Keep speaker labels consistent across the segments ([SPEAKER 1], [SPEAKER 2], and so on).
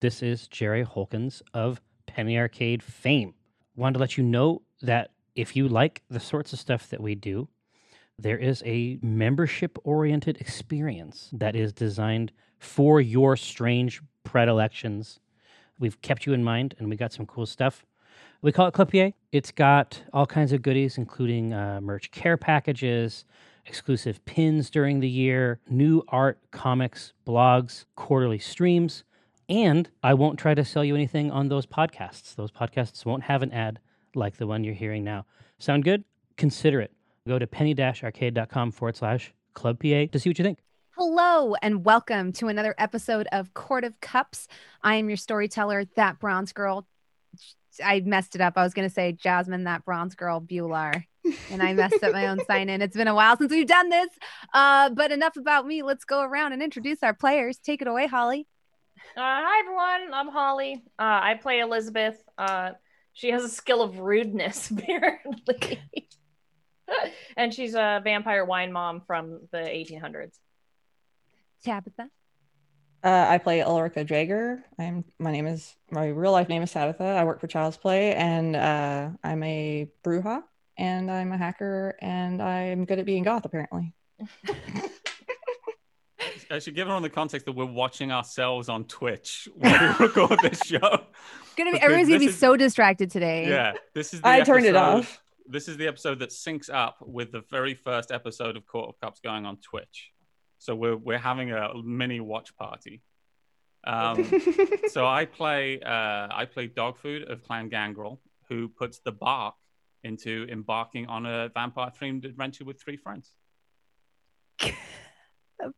[SPEAKER 1] This is Jerry Holkins of Penny Arcade fame. Wanted to let you know that if you like the sorts of stuff that we do, there is a membership oriented experience that is designed for your strange predilections. We've kept you in mind and we got some cool stuff. We call it Clipier. It's got all kinds of goodies, including uh, merch care packages, exclusive pins during the year, new art, comics, blogs, quarterly streams. And I won't try to sell you anything on those podcasts. Those podcasts won't have an ad like the one you're hearing now. Sound good? Consider it. Go to penny arcade.com forward slash club PA to see what you think.
[SPEAKER 2] Hello and welcome to another episode of Court of Cups. I am your storyteller, that bronze girl. I messed it up. I was going to say Jasmine, that bronze girl, Bular. And I messed up my own sign in. It's been a while since we've done this. Uh, but enough about me. Let's go around and introduce our players. Take it away, Holly.
[SPEAKER 3] Uh, hi everyone, I'm Holly. Uh, I play Elizabeth. Uh, she has a skill of rudeness, apparently, and she's a vampire wine mom from the 1800s.
[SPEAKER 2] Tabitha.
[SPEAKER 4] Uh, I play Ulrika Jaeger. I'm my name is my real life name is Sabitha. I work for Child's Play, and uh, I'm a bruja, and I'm a hacker, and I'm good at being goth. Apparently,
[SPEAKER 5] I should give everyone the context that we're watching ourselves on Twitch while we record this show.
[SPEAKER 2] Gonna be,
[SPEAKER 5] Okay,
[SPEAKER 2] everyone's going to
[SPEAKER 5] this
[SPEAKER 2] be
[SPEAKER 5] is-
[SPEAKER 2] so distracted today.
[SPEAKER 5] Yeah, this is. The
[SPEAKER 4] I turned it
[SPEAKER 5] episode-
[SPEAKER 4] off.
[SPEAKER 5] This is the episode that syncs up with the very first episode of Court of Cups going on Twitch. So we're we're having a mini watch party. Um, so I play uh, I play Dog Food of Clan Gangrel, who puts the bark into embarking on a vampire themed adventure with three friends.
[SPEAKER 2] The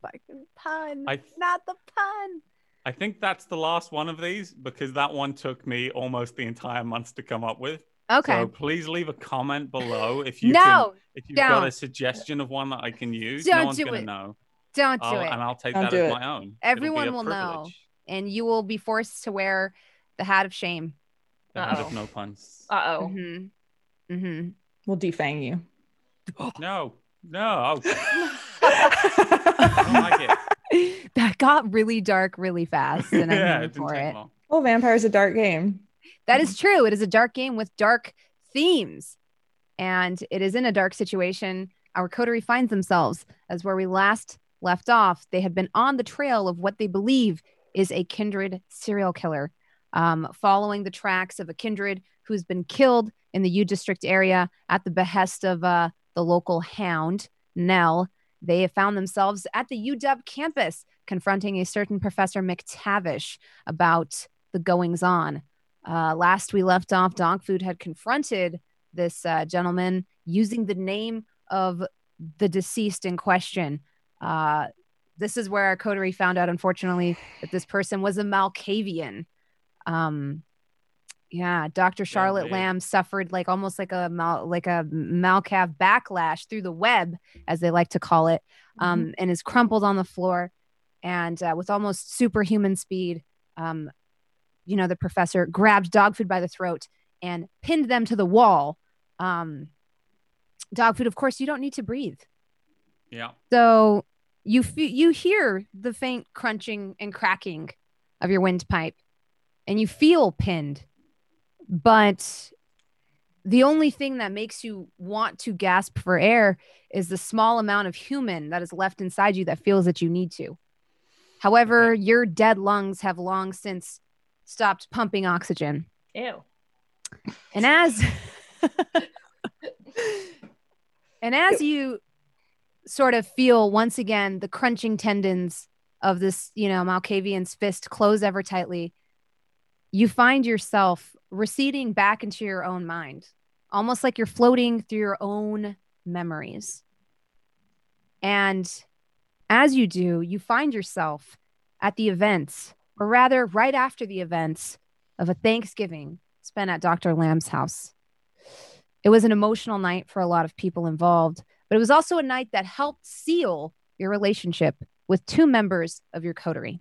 [SPEAKER 2] fucking pun.
[SPEAKER 5] I
[SPEAKER 2] Not the pun.
[SPEAKER 5] I think that's the last one of these because that one took me almost the entire month to come up with.
[SPEAKER 2] Okay.
[SPEAKER 5] So please leave a comment below if you can,
[SPEAKER 2] no,
[SPEAKER 5] if you've
[SPEAKER 2] don't.
[SPEAKER 5] got a suggestion of one that I can use.
[SPEAKER 2] Don't
[SPEAKER 5] no one's
[SPEAKER 2] do
[SPEAKER 5] gonna
[SPEAKER 2] it.
[SPEAKER 5] know.
[SPEAKER 2] don't do
[SPEAKER 5] I'll,
[SPEAKER 2] it.
[SPEAKER 5] And I'll take
[SPEAKER 4] Don't
[SPEAKER 5] that
[SPEAKER 4] do
[SPEAKER 5] as
[SPEAKER 4] it.
[SPEAKER 5] my own. It'll be
[SPEAKER 2] Everyone
[SPEAKER 5] a
[SPEAKER 2] will know.
[SPEAKER 5] privilege.
[SPEAKER 2] and you will be forced to wear the hat of shame.
[SPEAKER 5] The hand of
[SPEAKER 3] Uh-oh.
[SPEAKER 5] no puns.
[SPEAKER 3] Uh oh.
[SPEAKER 2] Mm-hmm. Mm-hmm.
[SPEAKER 4] we'll defang you.
[SPEAKER 5] no, Oh. no.
[SPEAKER 2] that got really dark really fast, and I'm
[SPEAKER 5] yeah,
[SPEAKER 2] here
[SPEAKER 5] it didn't
[SPEAKER 2] for
[SPEAKER 5] take
[SPEAKER 2] it.
[SPEAKER 5] long.
[SPEAKER 4] well, Oh, vampire's a dark game.
[SPEAKER 2] That is true. It is a dark game with dark themes, and it is in a dark situation. Our coterie finds themselves as where we last left off. They had been on the trail of what they believe is a kindred serial killer, um, following the tracks of a kindred who's been killed in the U District area at the behest of uh, the local hound, Nell. They have found themselves at the UW campus, confronting a certain Professor McTavish about the goings on. Uh, last we left off, Dog Food had confronted this uh, gentleman using the name of the deceased in question. Uh, this is where our coterie found out, unfortunately, that this person was a Malkavian. Um, yeah, Dr. Charlotte
[SPEAKER 5] they-
[SPEAKER 2] Lamb suffered like almost like a mal- like a Malkav backlash through the web, as they like to call it,
[SPEAKER 3] Mm-hmm.
[SPEAKER 2] um, and is crumpled on the floor. And uh, with almost superhuman speed, um, you know, the professor grabbed dog food by the throat and pinned them to the wall. Um, dog food, of course, you don't need to breathe.
[SPEAKER 5] Yeah.
[SPEAKER 2] So you fe- you hear the faint crunching and cracking of your windpipe, and you feel pinned. But the only thing that makes you want to gasp for air is the small amount of human that is left inside you that feels that you need to. However, your dead lungs have long since stopped pumping oxygen.
[SPEAKER 3] Ew.
[SPEAKER 2] And as
[SPEAKER 4] Mm-hmm.
[SPEAKER 2] and as you sort of feel once again the crunching tendons of this, you know, Malkavian's fist close ever tightly, you find yourself receding back into your own mind, almost like you're floating through your own memories. And as you do, you find yourself at the events, or rather, right after the events of a Thanksgiving spent at Dr. Lamb's house. It was an emotional night for a lot of people involved, but it was also a night that helped seal your relationship with two members of your coterie.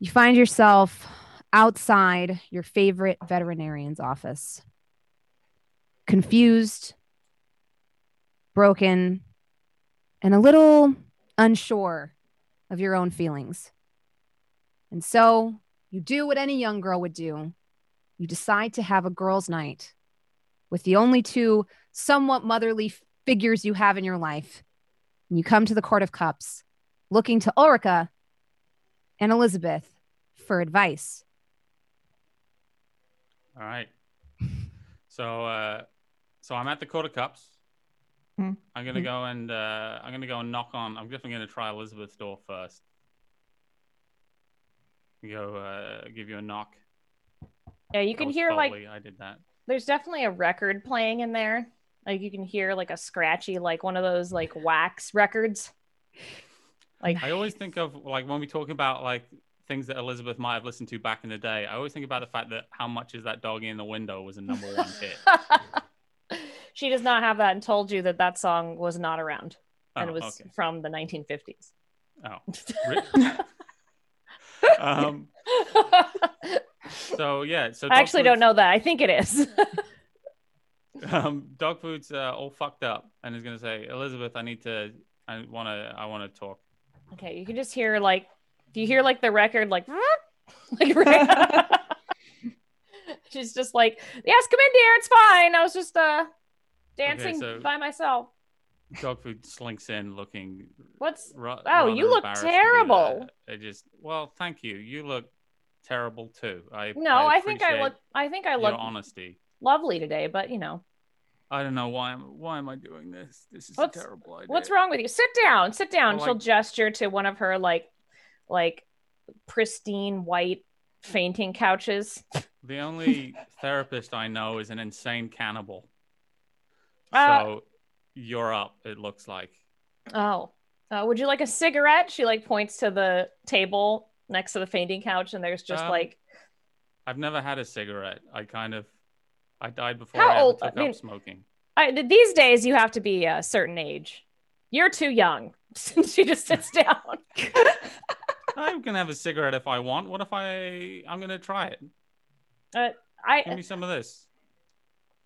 [SPEAKER 2] You find yourself outside your favorite veterinarian's office, confused, broken, and a little unsure of your own feelings. And so you do what any young girl would do you decide to have a girls' night with the only two somewhat motherly figures you have in your life. And you come to the Court of Cups looking to Ulrica and Elizabeth for advice.
[SPEAKER 5] All right. So, uh, so I'm at the Court of Cups.
[SPEAKER 4] Hmm.
[SPEAKER 5] I'm gonna go and uh, I'm gonna go and knock on. I'm definitely gonna try Elizabeth's door first. Go uh, give you a knock.
[SPEAKER 3] Yeah, you
[SPEAKER 5] That
[SPEAKER 3] can
[SPEAKER 5] was
[SPEAKER 3] hear like
[SPEAKER 5] Foley. I did that.
[SPEAKER 3] there's definitely a record playing in there. Like you can hear like a scratchy, like one of those like wax records. Like
[SPEAKER 5] I always think of like when we talk about like things that Elizabeth might have listened to back in the day. I always think about the fact that how much is that doggy in the window was a number one hit.
[SPEAKER 3] she does not have that and told you that that song was not around and
[SPEAKER 5] Oh,
[SPEAKER 3] it was
[SPEAKER 5] okay.
[SPEAKER 3] from the 1950s.
[SPEAKER 5] Oh, um, so yeah. So
[SPEAKER 3] I actually
[SPEAKER 5] dog
[SPEAKER 3] don't know that. I think it is.
[SPEAKER 5] food's- Um, dog food's uh, all fucked up, and is gonna say, Elizabeth, I need to. I wanna. I wanna talk.
[SPEAKER 3] okay, you can just hear like do you hear like the record like like right- She's just like, "Yes, come in dear. It's fine. I was just uh dancing
[SPEAKER 5] so-
[SPEAKER 3] by myself."
[SPEAKER 5] Dog food slinks in, looking.
[SPEAKER 3] What's
[SPEAKER 5] Ra-
[SPEAKER 3] Oh, you
[SPEAKER 5] rather
[SPEAKER 3] look
[SPEAKER 5] embarrassed to be
[SPEAKER 3] terrible.
[SPEAKER 5] there. It just. Well, thank you. You look terrible too. I.
[SPEAKER 3] No, I, think I
[SPEAKER 5] appreciate
[SPEAKER 3] look I think I
[SPEAKER 5] Your
[SPEAKER 3] look
[SPEAKER 5] honesty.
[SPEAKER 3] lovely today, but you know.
[SPEAKER 5] I don't know why. am Why am I doing this? This is
[SPEAKER 3] What's-
[SPEAKER 5] a terrible idea.
[SPEAKER 3] What's wrong with you? Sit down. Sit down.
[SPEAKER 5] Well,
[SPEAKER 3] She'll
[SPEAKER 5] like-
[SPEAKER 3] gesture to one of her like like pristine white fainting couches.
[SPEAKER 5] The only therapist I know is an insane cannibal.
[SPEAKER 3] Uh,
[SPEAKER 5] so you're up. It looks like.
[SPEAKER 3] Oh. Uh, would you like a cigarette? She like points to the table next to the fainting couch and there's just
[SPEAKER 5] Um,
[SPEAKER 3] like
[SPEAKER 5] I've never had a cigarette. I kind of, I died before
[SPEAKER 3] How
[SPEAKER 5] I ever
[SPEAKER 3] old-
[SPEAKER 5] took
[SPEAKER 3] I mean-
[SPEAKER 5] up smoking.
[SPEAKER 3] I, th- these days you have to be a certain age. You're too young. she just sits down.
[SPEAKER 5] I can have a cigarette if I want. What if I? I'm gonna try it. Give
[SPEAKER 3] I
[SPEAKER 5] me some of this.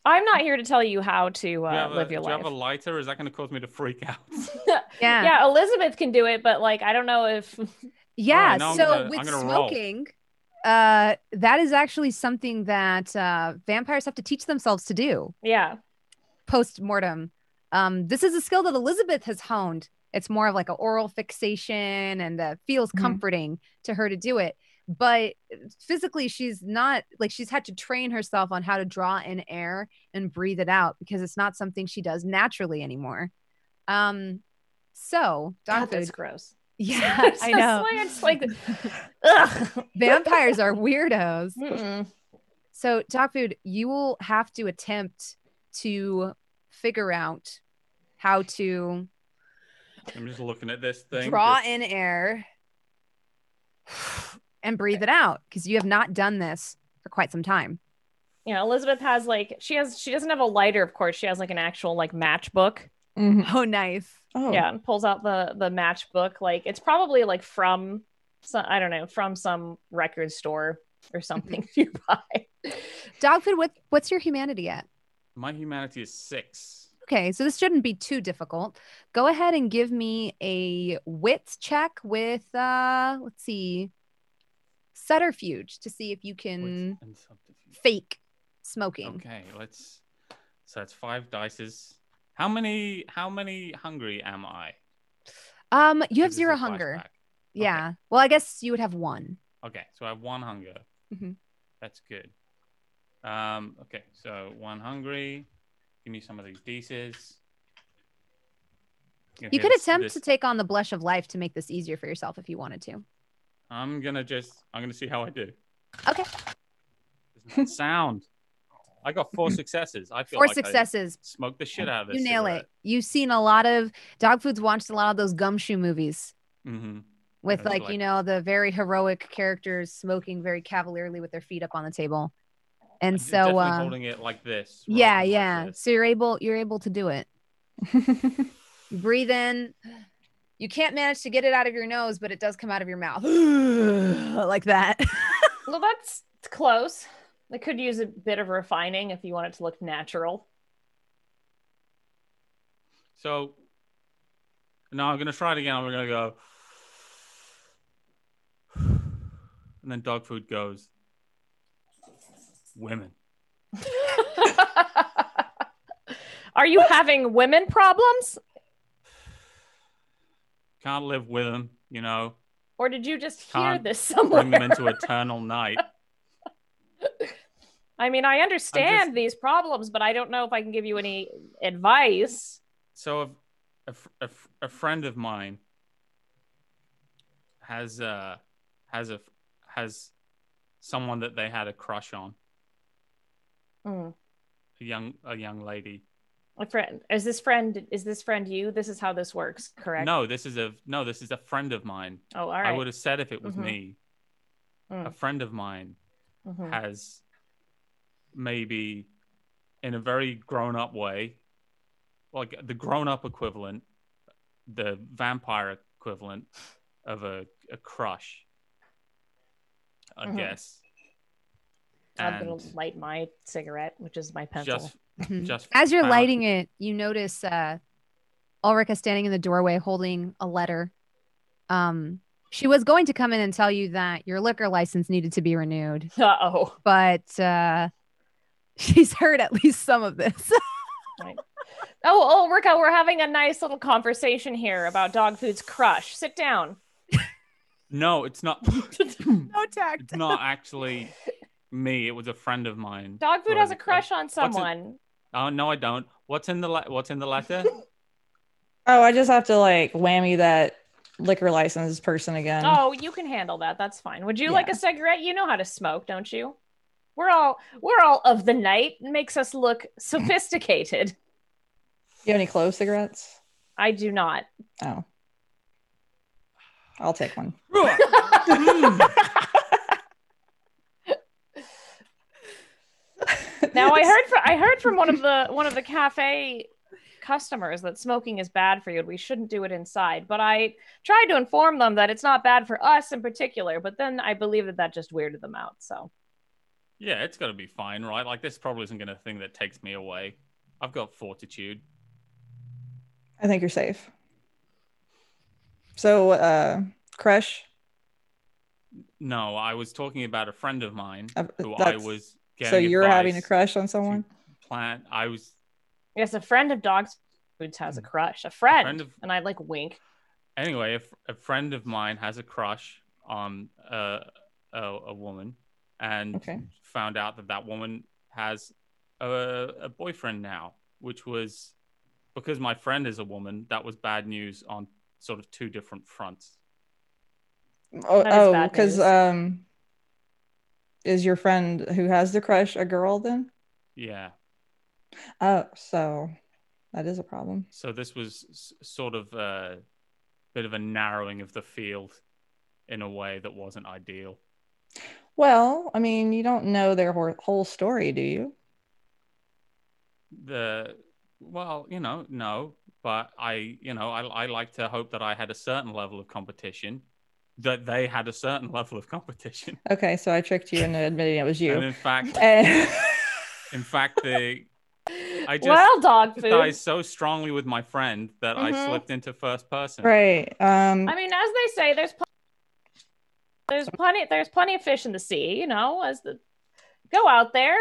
[SPEAKER 3] I'm not here to tell you how to
[SPEAKER 5] Do you
[SPEAKER 3] uh,
[SPEAKER 5] have a,
[SPEAKER 3] live your
[SPEAKER 5] do you
[SPEAKER 3] life.
[SPEAKER 5] have a lighter? Is that gonna cause me to freak out?
[SPEAKER 2] Yeah.
[SPEAKER 3] yeah, Elizabeth can do it, but like I don't know if
[SPEAKER 2] Yeah.
[SPEAKER 5] Alright, now Oh, I'm
[SPEAKER 2] so
[SPEAKER 5] gonna- I'm
[SPEAKER 2] with
[SPEAKER 5] gonna roll.
[SPEAKER 2] smoking, uh, that is actually something that uh, vampires have to teach themselves to do
[SPEAKER 3] yeah.
[SPEAKER 2] post mortem. Um, this is a skill that Elizabeth has honed. It's more of like an oral fixation and uh, feels
[SPEAKER 4] Mhm.
[SPEAKER 2] comforting to her to do it. But physically, she's not like she's had to train herself on how to draw in air and breathe it out because it's not something she does naturally anymore. Um, so, dog
[SPEAKER 3] God, that's
[SPEAKER 2] food-
[SPEAKER 3] gross.
[SPEAKER 2] Yeah,
[SPEAKER 3] It's
[SPEAKER 2] I
[SPEAKER 3] just
[SPEAKER 2] know.
[SPEAKER 3] like- it's like, ugh.
[SPEAKER 2] Vampires are weirdos.
[SPEAKER 3] Mm-mm.
[SPEAKER 2] So, dog food, you will have to attempt to figure out how to
[SPEAKER 5] I'm just looking at this thing.
[SPEAKER 2] draw
[SPEAKER 5] just-
[SPEAKER 2] in air and breathe it out because you have not done this for quite some time.
[SPEAKER 3] You know, Elizabeth has like she has she doesn't have a lighter, of course. She has like an actual like matchbook.
[SPEAKER 4] Mhm.
[SPEAKER 2] Oh, nice.
[SPEAKER 4] Oh,
[SPEAKER 3] Yeah, and pulls out the the matchbook. Like it's probably like from some I don't know from some record store or something you buy.
[SPEAKER 2] Dog food, what, what's your humanity at?
[SPEAKER 5] My humanity is six.
[SPEAKER 2] Okay, so this shouldn't be too difficult. Go ahead and give me a wits check with, uh, let's see, subterfuge to see if you
[SPEAKER 5] Wits
[SPEAKER 2] can
[SPEAKER 5] and subterfuge.
[SPEAKER 2] fake smoking.
[SPEAKER 5] Okay, let's. So that's five dices. How many? How many hungry am I?
[SPEAKER 2] Um, you have
[SPEAKER 5] This is a
[SPEAKER 2] zero hunger.
[SPEAKER 5] flashback.
[SPEAKER 2] Yeah. Well, I guess you would have one.
[SPEAKER 5] Okay, so I have one hunger.
[SPEAKER 2] Mhm.
[SPEAKER 5] That's good. Um. Okay, so one hungry. Give me some of these dices.
[SPEAKER 2] You could attempt to take on the blush of life to make this easier for yourself if you wanted to.
[SPEAKER 5] I'm gonna just. I'm gonna see how I do.
[SPEAKER 2] Okay.
[SPEAKER 5] There's no sound. I got four successes. I feel
[SPEAKER 2] Four
[SPEAKER 5] like I
[SPEAKER 2] successes.
[SPEAKER 5] smoked the shit out of this.
[SPEAKER 2] You nail it. You've seen a lot of dog foods watched a lot of those gumshoe movies
[SPEAKER 5] Mm-hmm.
[SPEAKER 2] with
[SPEAKER 5] That's
[SPEAKER 2] like, you
[SPEAKER 5] like-
[SPEAKER 2] know, the very heroic characters smoking very cavalierly with their feet up on the table. And so
[SPEAKER 5] definitely
[SPEAKER 2] uh,
[SPEAKER 5] holding it like this. rather
[SPEAKER 2] yeah,
[SPEAKER 5] than like
[SPEAKER 2] yeah.
[SPEAKER 5] this.
[SPEAKER 2] So you're able you're able to do it. You breathe in. You can't manage to get it out of your nose, but it does come out of your mouth. like that.
[SPEAKER 3] Well, that's close. It could use a bit of refining if you want it to look natural.
[SPEAKER 5] So no, I'm gonna try it again. I'm gonna go. And then dog food goes, women.
[SPEAKER 3] Are you having women problems?
[SPEAKER 5] Can't live with them, you know,
[SPEAKER 3] Or did you just hear
[SPEAKER 5] Can't
[SPEAKER 3] this
[SPEAKER 5] bring them
[SPEAKER 3] somewhere?
[SPEAKER 5] into eternal night.
[SPEAKER 3] I mean, I understand these problems, but I don't know if I can give you any advice.
[SPEAKER 5] so a, a, fr- a, fr- a friend of mine has uh has a has someone that they had a crush on
[SPEAKER 3] Mm.
[SPEAKER 5] a young a young lady
[SPEAKER 3] A friend is this friend is this friend you? This is how this works, correct?
[SPEAKER 5] no this is a no this is a friend of mine
[SPEAKER 3] Oh, all
[SPEAKER 5] i
[SPEAKER 3] right.
[SPEAKER 5] would have said if it was
[SPEAKER 3] Mhm.
[SPEAKER 5] me a
[SPEAKER 3] Mm.
[SPEAKER 5] friend of mine
[SPEAKER 3] Mhm.
[SPEAKER 5] has maybe in a very grown up way like the grown up equivalent the vampire equivalent of a, a crush i
[SPEAKER 3] Mhm.
[SPEAKER 5] guess
[SPEAKER 3] I'm gonna
[SPEAKER 5] And
[SPEAKER 3] light my cigarette, which is my pencil.
[SPEAKER 5] just
[SPEAKER 3] Mm-hmm.
[SPEAKER 2] Mhm.
[SPEAKER 5] just
[SPEAKER 2] As you're
[SPEAKER 5] found-
[SPEAKER 2] lighting it, you notice uh, Ulrika standing in the doorway holding a letter. Um, she was going to come in and tell you that your liquor license needed to be renewed,
[SPEAKER 3] Uh oh.
[SPEAKER 2] but uh, she's heard at least some of this.
[SPEAKER 3] Oh, Ulrika, we're having a nice little conversation here about dog food's crush. Sit down.
[SPEAKER 5] no it's not
[SPEAKER 2] no tact.
[SPEAKER 5] it's not actually me it was a friend of mine
[SPEAKER 3] Dog food has a
[SPEAKER 5] Ulrika.
[SPEAKER 3] crush on
[SPEAKER 5] uh, it-
[SPEAKER 3] someone.
[SPEAKER 5] oh no i don't what's in the le- what's in the letter
[SPEAKER 4] Oh, I just have to like whammy that liquor license person again.
[SPEAKER 3] Oh, you can handle that. That's fine. Would you like
[SPEAKER 4] Uh, Yeah.
[SPEAKER 3] a cigarette? You know how to smoke, don't you? We're all we're all of the night. It makes us look sophisticated.
[SPEAKER 4] You have any clove cigarettes?
[SPEAKER 3] I do not.
[SPEAKER 4] Oh. I'll take one.
[SPEAKER 3] Mm. Now I heard from I heard from one of the one of the cafe customers that smoking is bad for you and we shouldn't do it inside. But I tried to inform them that it's not bad for us in particular. But then I believe that that just weirded them out. So
[SPEAKER 5] Yeah, it's got to be fine, right? Like this probably isn't going to thing that takes me away. I've got fortitude.
[SPEAKER 4] I think you're safe. So, uh, crush.
[SPEAKER 5] No, I was talking about a friend of mine
[SPEAKER 4] uh,
[SPEAKER 5] who I
[SPEAKER 4] that's-
[SPEAKER 5] was getting
[SPEAKER 4] so you're having a
[SPEAKER 5] advice
[SPEAKER 4] crush on
[SPEAKER 5] to
[SPEAKER 4] someone?
[SPEAKER 5] Plan. I was
[SPEAKER 3] yes, a friend of dogs foods has a crush. A friend,
[SPEAKER 5] Hmm. friend of-
[SPEAKER 3] and I like wink.
[SPEAKER 5] anyway. A, f- a friend of mine has a crush on uh, a a woman, and
[SPEAKER 4] Okay.
[SPEAKER 5] found out that that woman has a, a boyfriend now, which was because my friend is a woman. That was bad news on sort of two different fronts.
[SPEAKER 4] Oh,
[SPEAKER 3] That is
[SPEAKER 4] oh,
[SPEAKER 3] bad
[SPEAKER 4] because
[SPEAKER 3] news.
[SPEAKER 4] um, is your friend who has the crush a girl then?
[SPEAKER 5] Yeah.
[SPEAKER 4] Oh, so that is a problem.
[SPEAKER 5] So this was s- sort of a bit of a narrowing of the field in a way that wasn't ideal.
[SPEAKER 4] Well, I mean, you don't know their whole, whole story, do you?
[SPEAKER 5] The well, you know, no, but I, you know, I, I like to hope that I had a certain level of competition, that they had a certain level of competition,
[SPEAKER 4] Okay, so I tricked you into admitting it was
[SPEAKER 5] and
[SPEAKER 4] you.
[SPEAKER 5] in fact,
[SPEAKER 4] And-
[SPEAKER 3] Eh.
[SPEAKER 5] in fact, the I just
[SPEAKER 3] well, dog food.
[SPEAKER 5] I so strongly with my friend that I
[SPEAKER 3] Mhm.
[SPEAKER 5] slipped into first person.
[SPEAKER 4] right. Um,
[SPEAKER 3] I mean, as they say, there's pl- there's plenty there's plenty of fish in the sea. You know, as the go out there,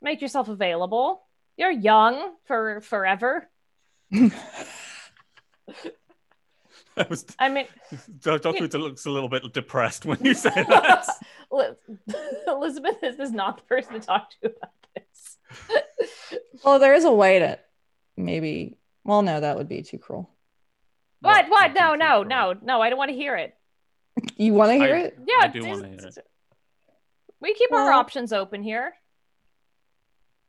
[SPEAKER 3] make yourself available. You're young for forever.
[SPEAKER 5] That was
[SPEAKER 3] I mean,
[SPEAKER 5] Dr. Who looks a little bit depressed when you say that.
[SPEAKER 3] Li- Elizabeth is, is not the person to talk to about this.
[SPEAKER 4] well, there is a way to maybe. Well, no, that would be too cruel.
[SPEAKER 3] What? What?
[SPEAKER 5] Not
[SPEAKER 3] No,
[SPEAKER 5] too
[SPEAKER 3] no,
[SPEAKER 5] far.
[SPEAKER 3] no, no. I don't want to hear it.
[SPEAKER 4] You want to hear
[SPEAKER 5] I-
[SPEAKER 4] it?
[SPEAKER 3] Yeah,
[SPEAKER 5] do wanna
[SPEAKER 3] just-
[SPEAKER 5] hear
[SPEAKER 3] We keep our
[SPEAKER 4] Well-
[SPEAKER 3] options open here.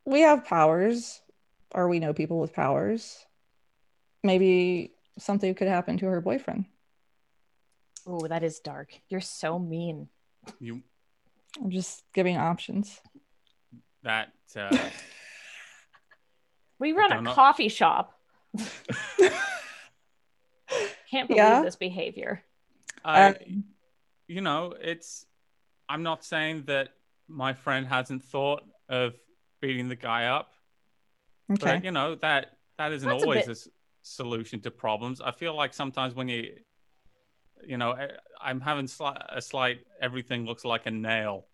[SPEAKER 4] We have powers, or we know people with powers. Maybe something could happen to her boyfriend.
[SPEAKER 3] Oh, that is dark. You're so mean.
[SPEAKER 5] You
[SPEAKER 4] I'm just giving options.
[SPEAKER 5] that uh,
[SPEAKER 3] We run a
[SPEAKER 5] Don't know.
[SPEAKER 3] coffee shop. Can't believe
[SPEAKER 4] Yeah.
[SPEAKER 3] this behavior.
[SPEAKER 5] I,
[SPEAKER 3] Um,
[SPEAKER 5] you know, it's. I'm not saying that my friend hasn't thought of beating the guy up,
[SPEAKER 4] Okay.
[SPEAKER 5] but you know that that isn't
[SPEAKER 3] That's a
[SPEAKER 5] always
[SPEAKER 3] bit-
[SPEAKER 5] a s- solution to problems. I feel like sometimes when you you know, I, I'm having sli- a slight everything looks like a nail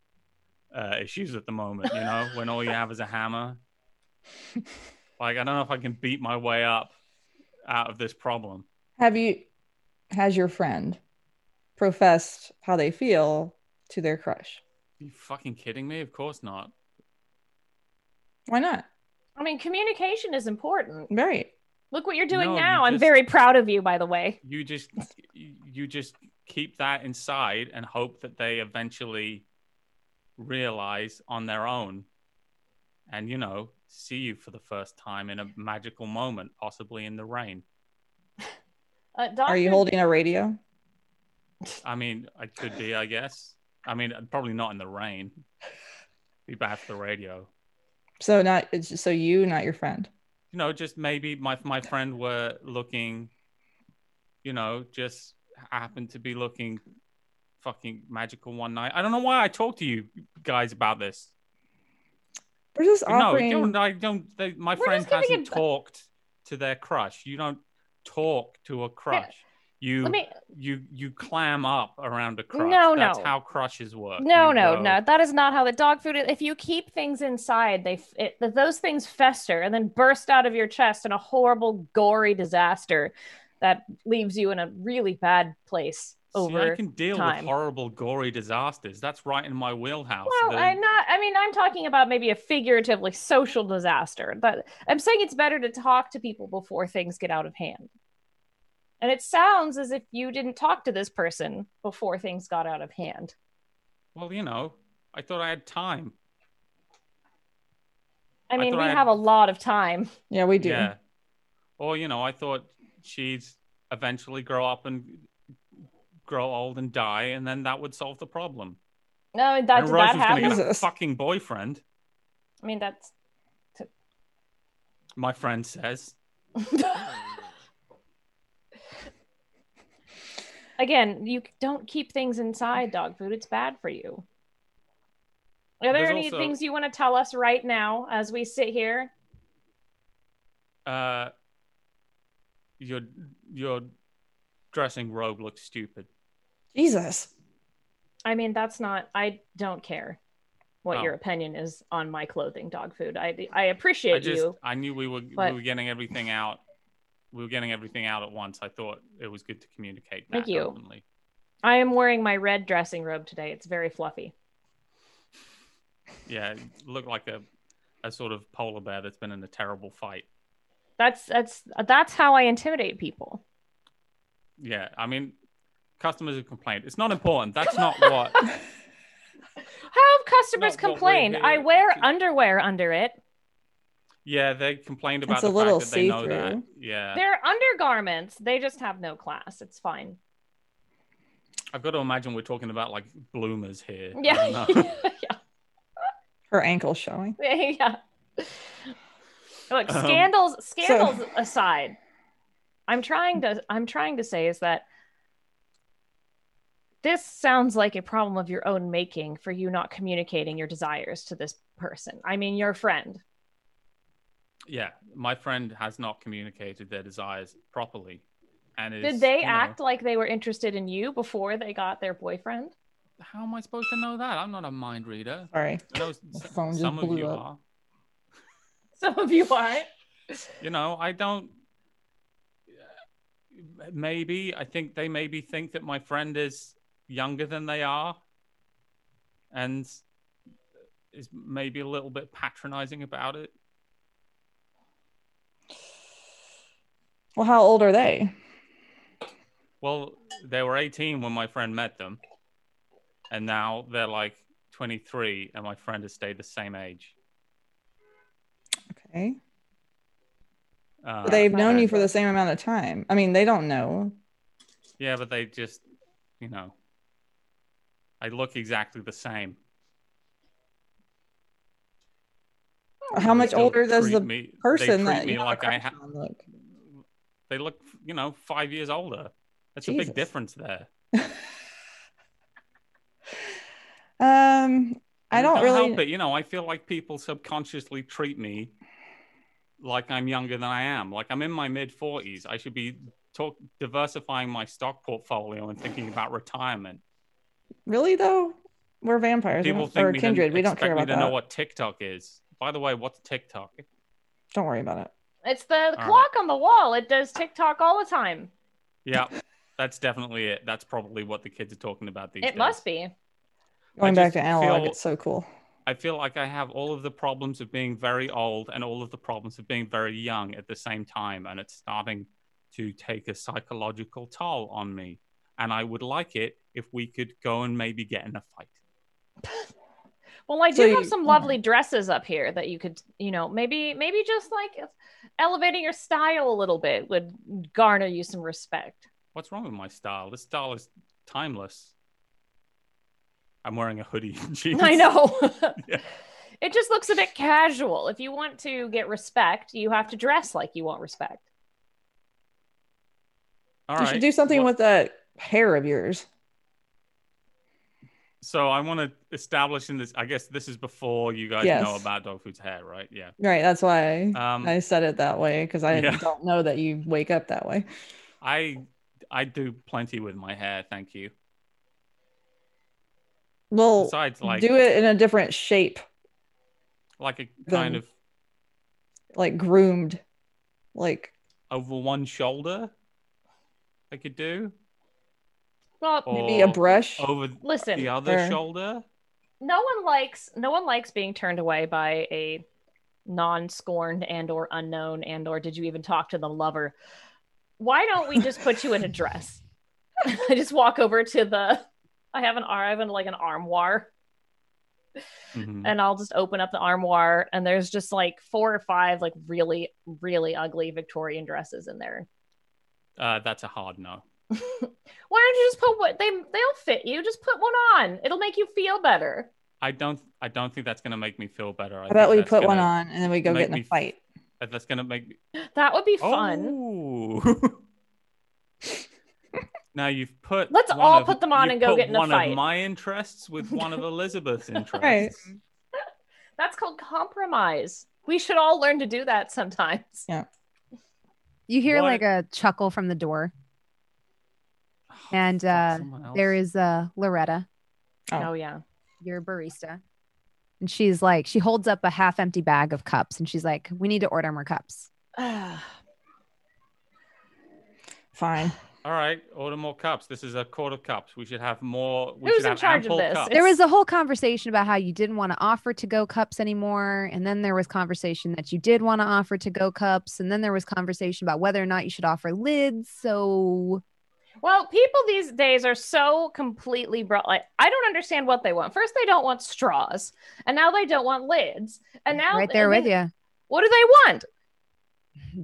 [SPEAKER 5] uh, issues at the moment. You know, when all you have is a hammer. Like I don't know if I can beat my way up out of this problem.
[SPEAKER 4] Have you, has your friend professed how they feel to their crush?
[SPEAKER 5] you fucking kidding me? Of course not.
[SPEAKER 4] Why not?
[SPEAKER 3] I mean, communication is important.
[SPEAKER 4] Right.
[SPEAKER 3] Look what you're doing
[SPEAKER 5] No, you
[SPEAKER 3] now. I'm
[SPEAKER 5] just-
[SPEAKER 3] very proud of you, by the way.
[SPEAKER 5] You just you just keep that inside and hope that they eventually realize on their own and you know see you for the first time in a magical moment possibly in the rain
[SPEAKER 3] Uh, Doctor,
[SPEAKER 4] Are you holding a radio?
[SPEAKER 5] i mean i could be i guess i mean probably not in the rain be bad for the radio
[SPEAKER 4] So not it's just, so you, not your friend.
[SPEAKER 5] you know, just maybe my my friend were looking, you know, just happened to be looking fucking magical one night. I don't know why I talk to you guys about this.
[SPEAKER 4] We're just offering.
[SPEAKER 5] No, you don't, I don't. They, my
[SPEAKER 3] We're
[SPEAKER 5] friend
[SPEAKER 3] just giving
[SPEAKER 5] hasn't
[SPEAKER 3] it-
[SPEAKER 5] talked to their crush. You don't talk to a crush. You
[SPEAKER 3] Let me.
[SPEAKER 5] you you clam up around a crush.
[SPEAKER 3] No,
[SPEAKER 5] That's
[SPEAKER 3] no.
[SPEAKER 5] how crushes work.
[SPEAKER 3] No,
[SPEAKER 5] You
[SPEAKER 3] no,
[SPEAKER 5] go-
[SPEAKER 3] no. That is not how the dog food. Is. If you keep things inside, they f- it, th- those things fester and then burst out of your chest in a horrible, gory disaster that leaves you in a really bad place. Over.
[SPEAKER 5] See, I can deal
[SPEAKER 3] time.
[SPEAKER 5] with horrible, gory disasters. That's right in my wheelhouse.
[SPEAKER 3] Well,
[SPEAKER 5] The-
[SPEAKER 3] I'm not. I mean, I'm talking about maybe a figuratively social disaster, but I'm saying it's better to talk to people before things get out of hand. And it sounds as if you didn't talk to this person before things got out of hand.
[SPEAKER 5] Well, you know, I thought I had time.
[SPEAKER 3] I
[SPEAKER 5] I
[SPEAKER 3] mean,
[SPEAKER 5] thought
[SPEAKER 3] we
[SPEAKER 5] I had-
[SPEAKER 3] have a lot of time.
[SPEAKER 4] yeah, we do.
[SPEAKER 5] Yeah. Or, you know, I thought she'd eventually grow up and grow old and die, and then that would solve the problem.
[SPEAKER 3] No, that
[SPEAKER 5] and
[SPEAKER 3] did that
[SPEAKER 5] Royce was gonna
[SPEAKER 3] happen?
[SPEAKER 5] get a
[SPEAKER 4] Jesus.
[SPEAKER 5] fucking boyfriend,
[SPEAKER 3] I mean, that's
[SPEAKER 5] my friend says.
[SPEAKER 3] again, you don't keep things inside dog food. It's bad for you. Are there
[SPEAKER 5] There's
[SPEAKER 3] any
[SPEAKER 5] also-
[SPEAKER 3] things you want to tell us right now as we sit here?
[SPEAKER 5] Uh, your your dressing robe looks stupid.
[SPEAKER 4] Jesus.
[SPEAKER 3] I mean, that's not. I don't care what
[SPEAKER 5] Oh.
[SPEAKER 3] your opinion is on my clothing, dog food. I I appreciate
[SPEAKER 5] I just
[SPEAKER 3] you.
[SPEAKER 5] I knew we were
[SPEAKER 3] but-
[SPEAKER 5] we were getting everything out. We were getting everything out at once. I thought it was good to communicate that
[SPEAKER 3] Thank you.
[SPEAKER 5] openly.
[SPEAKER 3] I am wearing my red dressing robe today. It's very fluffy.
[SPEAKER 5] Yeah, it looked like a a sort of polar bear that's been in a terrible fight.
[SPEAKER 3] That's that's that's how I intimidate people.
[SPEAKER 5] Yeah, I mean, customers have complained. It's not important. That's not what.
[SPEAKER 3] How have customers
[SPEAKER 5] Not what we're
[SPEAKER 3] complained? I
[SPEAKER 5] here
[SPEAKER 3] wear
[SPEAKER 5] to-
[SPEAKER 3] underwear under it.
[SPEAKER 5] Yeah, they complained about
[SPEAKER 4] It's a
[SPEAKER 5] the
[SPEAKER 4] little
[SPEAKER 5] fact that they know that.
[SPEAKER 4] see-through.
[SPEAKER 5] Yeah,
[SPEAKER 3] They're undergarments. They just have no class. It's fine.
[SPEAKER 5] I've got to imagine we're talking about like bloomers here. I
[SPEAKER 3] Yeah.
[SPEAKER 5] don't know.
[SPEAKER 4] Her ankle's showing.
[SPEAKER 3] yeah. Look,
[SPEAKER 5] Um,
[SPEAKER 3] scandals scandals aside, I'm trying to I'm trying to say is that this sounds like a problem of your own making for you not communicating your desires to this person. I mean, your friend.
[SPEAKER 5] yeah, my friend has not communicated their desires properly, and is,
[SPEAKER 3] Did they
[SPEAKER 5] you know-
[SPEAKER 3] act like they were interested in you before they got their boyfriend?
[SPEAKER 5] How am I supposed to know that? I'm not a mind reader.
[SPEAKER 4] Sorry.
[SPEAKER 5] I know s-
[SPEAKER 4] The phone just
[SPEAKER 5] some of
[SPEAKER 4] blew
[SPEAKER 5] you
[SPEAKER 4] up.
[SPEAKER 5] are.
[SPEAKER 3] Some of you aren't.
[SPEAKER 5] you know i don't maybe i think they maybe think that my friend is younger than they are and is maybe a little bit patronizing about it
[SPEAKER 4] Well, how old are they?
[SPEAKER 5] well they were 18 when my friend met them and now they're like 23 and my friend has stayed the same age
[SPEAKER 4] Okay.
[SPEAKER 5] uh,
[SPEAKER 4] But they've
[SPEAKER 3] my
[SPEAKER 4] known you
[SPEAKER 5] and-
[SPEAKER 4] for the same amount of time. I mean, they don't know.
[SPEAKER 5] yeah but they just you know i look exactly the same
[SPEAKER 4] How
[SPEAKER 5] Oh, They
[SPEAKER 4] much
[SPEAKER 5] still
[SPEAKER 4] older does
[SPEAKER 5] treat
[SPEAKER 4] the
[SPEAKER 5] me, they
[SPEAKER 4] person
[SPEAKER 5] treat
[SPEAKER 4] that
[SPEAKER 5] me
[SPEAKER 4] you have a
[SPEAKER 5] like I
[SPEAKER 4] crush
[SPEAKER 5] ha-
[SPEAKER 4] on look?
[SPEAKER 5] they look, you know, five years older. That's a
[SPEAKER 4] Jesus.
[SPEAKER 5] big difference there.
[SPEAKER 4] Um, I
[SPEAKER 5] And
[SPEAKER 4] don't really.
[SPEAKER 5] help it. You know, I feel like people subconsciously treat me like I'm younger than I am. Like I'm in my mid 40s. I should be talk diversifying my stock portfolio and thinking about retirement.
[SPEAKER 4] Really though, we're vampires. People
[SPEAKER 5] People
[SPEAKER 4] we
[SPEAKER 5] think
[SPEAKER 4] are
[SPEAKER 5] we
[SPEAKER 4] kindred.
[SPEAKER 5] didn't
[SPEAKER 4] We don't
[SPEAKER 5] expect
[SPEAKER 4] care
[SPEAKER 5] me
[SPEAKER 4] about that.
[SPEAKER 5] to know what TikTok is. By the way, what's TikTok?
[SPEAKER 4] Don't worry about it.
[SPEAKER 3] It's the
[SPEAKER 5] right.
[SPEAKER 3] clock on the wall. It does TikTok all the time.
[SPEAKER 5] Yeah, that's definitely it. That's probably what the kids are talking about these
[SPEAKER 3] it
[SPEAKER 5] days.
[SPEAKER 3] must be.
[SPEAKER 4] Going back
[SPEAKER 5] just
[SPEAKER 4] to analog,
[SPEAKER 5] feel-
[SPEAKER 4] it's so cool.
[SPEAKER 5] I feel like I have all of the problems of being very old and all of the problems of being very young at the same time. And it's starting to take a psychological toll on me. And I would like it if we could go and maybe get in a fight.
[SPEAKER 3] Well, I do
[SPEAKER 4] So you-
[SPEAKER 3] have some lovely dresses up here that you could, you know, maybe maybe just like elevating your style a little bit would garner you some respect.
[SPEAKER 5] What's wrong with my style? This style is timeless. I'm wearing a hoodie and jeans.
[SPEAKER 3] I know.
[SPEAKER 5] Yeah.
[SPEAKER 3] It just looks a bit casual. If you want to get respect, you have to dress like you want respect.
[SPEAKER 5] All
[SPEAKER 4] you
[SPEAKER 5] right.
[SPEAKER 4] should do something
[SPEAKER 5] What-
[SPEAKER 4] with that hair of yours.
[SPEAKER 5] So I want to establish in this. I guess this is before you guys
[SPEAKER 4] Yes.
[SPEAKER 5] know about dog food's hair, right? Yeah.
[SPEAKER 4] Right. That's why
[SPEAKER 5] Um,
[SPEAKER 4] I said it that way because I
[SPEAKER 5] Yeah.
[SPEAKER 4] don't know that you wake up that way.
[SPEAKER 5] I I do plenty with my hair. Thank you.
[SPEAKER 4] Well,
[SPEAKER 5] Besides, like
[SPEAKER 4] do it in a different shape,
[SPEAKER 5] like a
[SPEAKER 4] than-
[SPEAKER 5] kind of
[SPEAKER 4] like groomed, like
[SPEAKER 5] over one shoulder. I could do
[SPEAKER 3] Well,
[SPEAKER 4] maybe a
[SPEAKER 5] Or
[SPEAKER 4] brush.
[SPEAKER 5] over
[SPEAKER 3] listen.
[SPEAKER 5] the other
[SPEAKER 4] Sure.
[SPEAKER 5] shoulder.
[SPEAKER 3] No one likes no one likes being turned away by a non-scorned and or unknown and or did you even talk to the lover? Why don't we just put you in a dress? I just walk over to the I have an ar- I have an, like an armoire
[SPEAKER 5] Mhm.
[SPEAKER 3] and I'll just open up the armoire and there's just like four or five like really really ugly Victorian dresses in there.
[SPEAKER 5] Uh, that's a hard no.
[SPEAKER 3] Why don't you just put what they they'll fit you. Just put one on. It'll make you feel better.
[SPEAKER 5] I don't. I don't think that's gonna make me feel better. I
[SPEAKER 4] How about
[SPEAKER 5] think
[SPEAKER 4] we
[SPEAKER 5] that's
[SPEAKER 4] put one
[SPEAKER 5] gonna-
[SPEAKER 4] on and then we go
[SPEAKER 5] make
[SPEAKER 4] get in a
[SPEAKER 5] me f-
[SPEAKER 4] fight?
[SPEAKER 5] uh, That's gonna make me
[SPEAKER 3] That would be fun.
[SPEAKER 5] Oh. now you've put.
[SPEAKER 3] Let's
[SPEAKER 5] one
[SPEAKER 3] all
[SPEAKER 5] of-
[SPEAKER 3] put them on
[SPEAKER 5] you've
[SPEAKER 3] and go
[SPEAKER 5] put
[SPEAKER 3] get in a
[SPEAKER 5] one
[SPEAKER 3] fight.
[SPEAKER 5] of my interests with one of Elizabeth's interests.
[SPEAKER 3] That's called compromise. We should all learn to do that sometimes.
[SPEAKER 2] You hear
[SPEAKER 5] What-
[SPEAKER 2] like a chuckle from the door. And,
[SPEAKER 5] Fuck,
[SPEAKER 2] uh,
[SPEAKER 5] someone
[SPEAKER 2] There
[SPEAKER 5] else.
[SPEAKER 2] is uh, Loretta,
[SPEAKER 4] Oh.
[SPEAKER 3] Oh, yeah.
[SPEAKER 2] your barista. And she's like, she holds up a half empty bag of cups and she's like, we need to order more cups.
[SPEAKER 4] Fine.
[SPEAKER 5] All right, order more cups. This is a quarter cups. We should have more. We
[SPEAKER 3] Who's
[SPEAKER 5] should
[SPEAKER 3] in
[SPEAKER 5] have
[SPEAKER 3] charge of
[SPEAKER 5] ample
[SPEAKER 3] this?
[SPEAKER 5] Cups.
[SPEAKER 2] There was a whole conversation about how you didn't want to offer to go cups anymore. And then there was conversation that you did want to offer to go cups. And then there was conversation about whether or not you should offer lids. So
[SPEAKER 3] Well, people these days are so completely brought. Like, I don't understand what they want. First, they don't want straws, and now they don't want lids. And now,
[SPEAKER 2] right there
[SPEAKER 3] and
[SPEAKER 2] with
[SPEAKER 3] then-
[SPEAKER 2] you.
[SPEAKER 3] What do they want?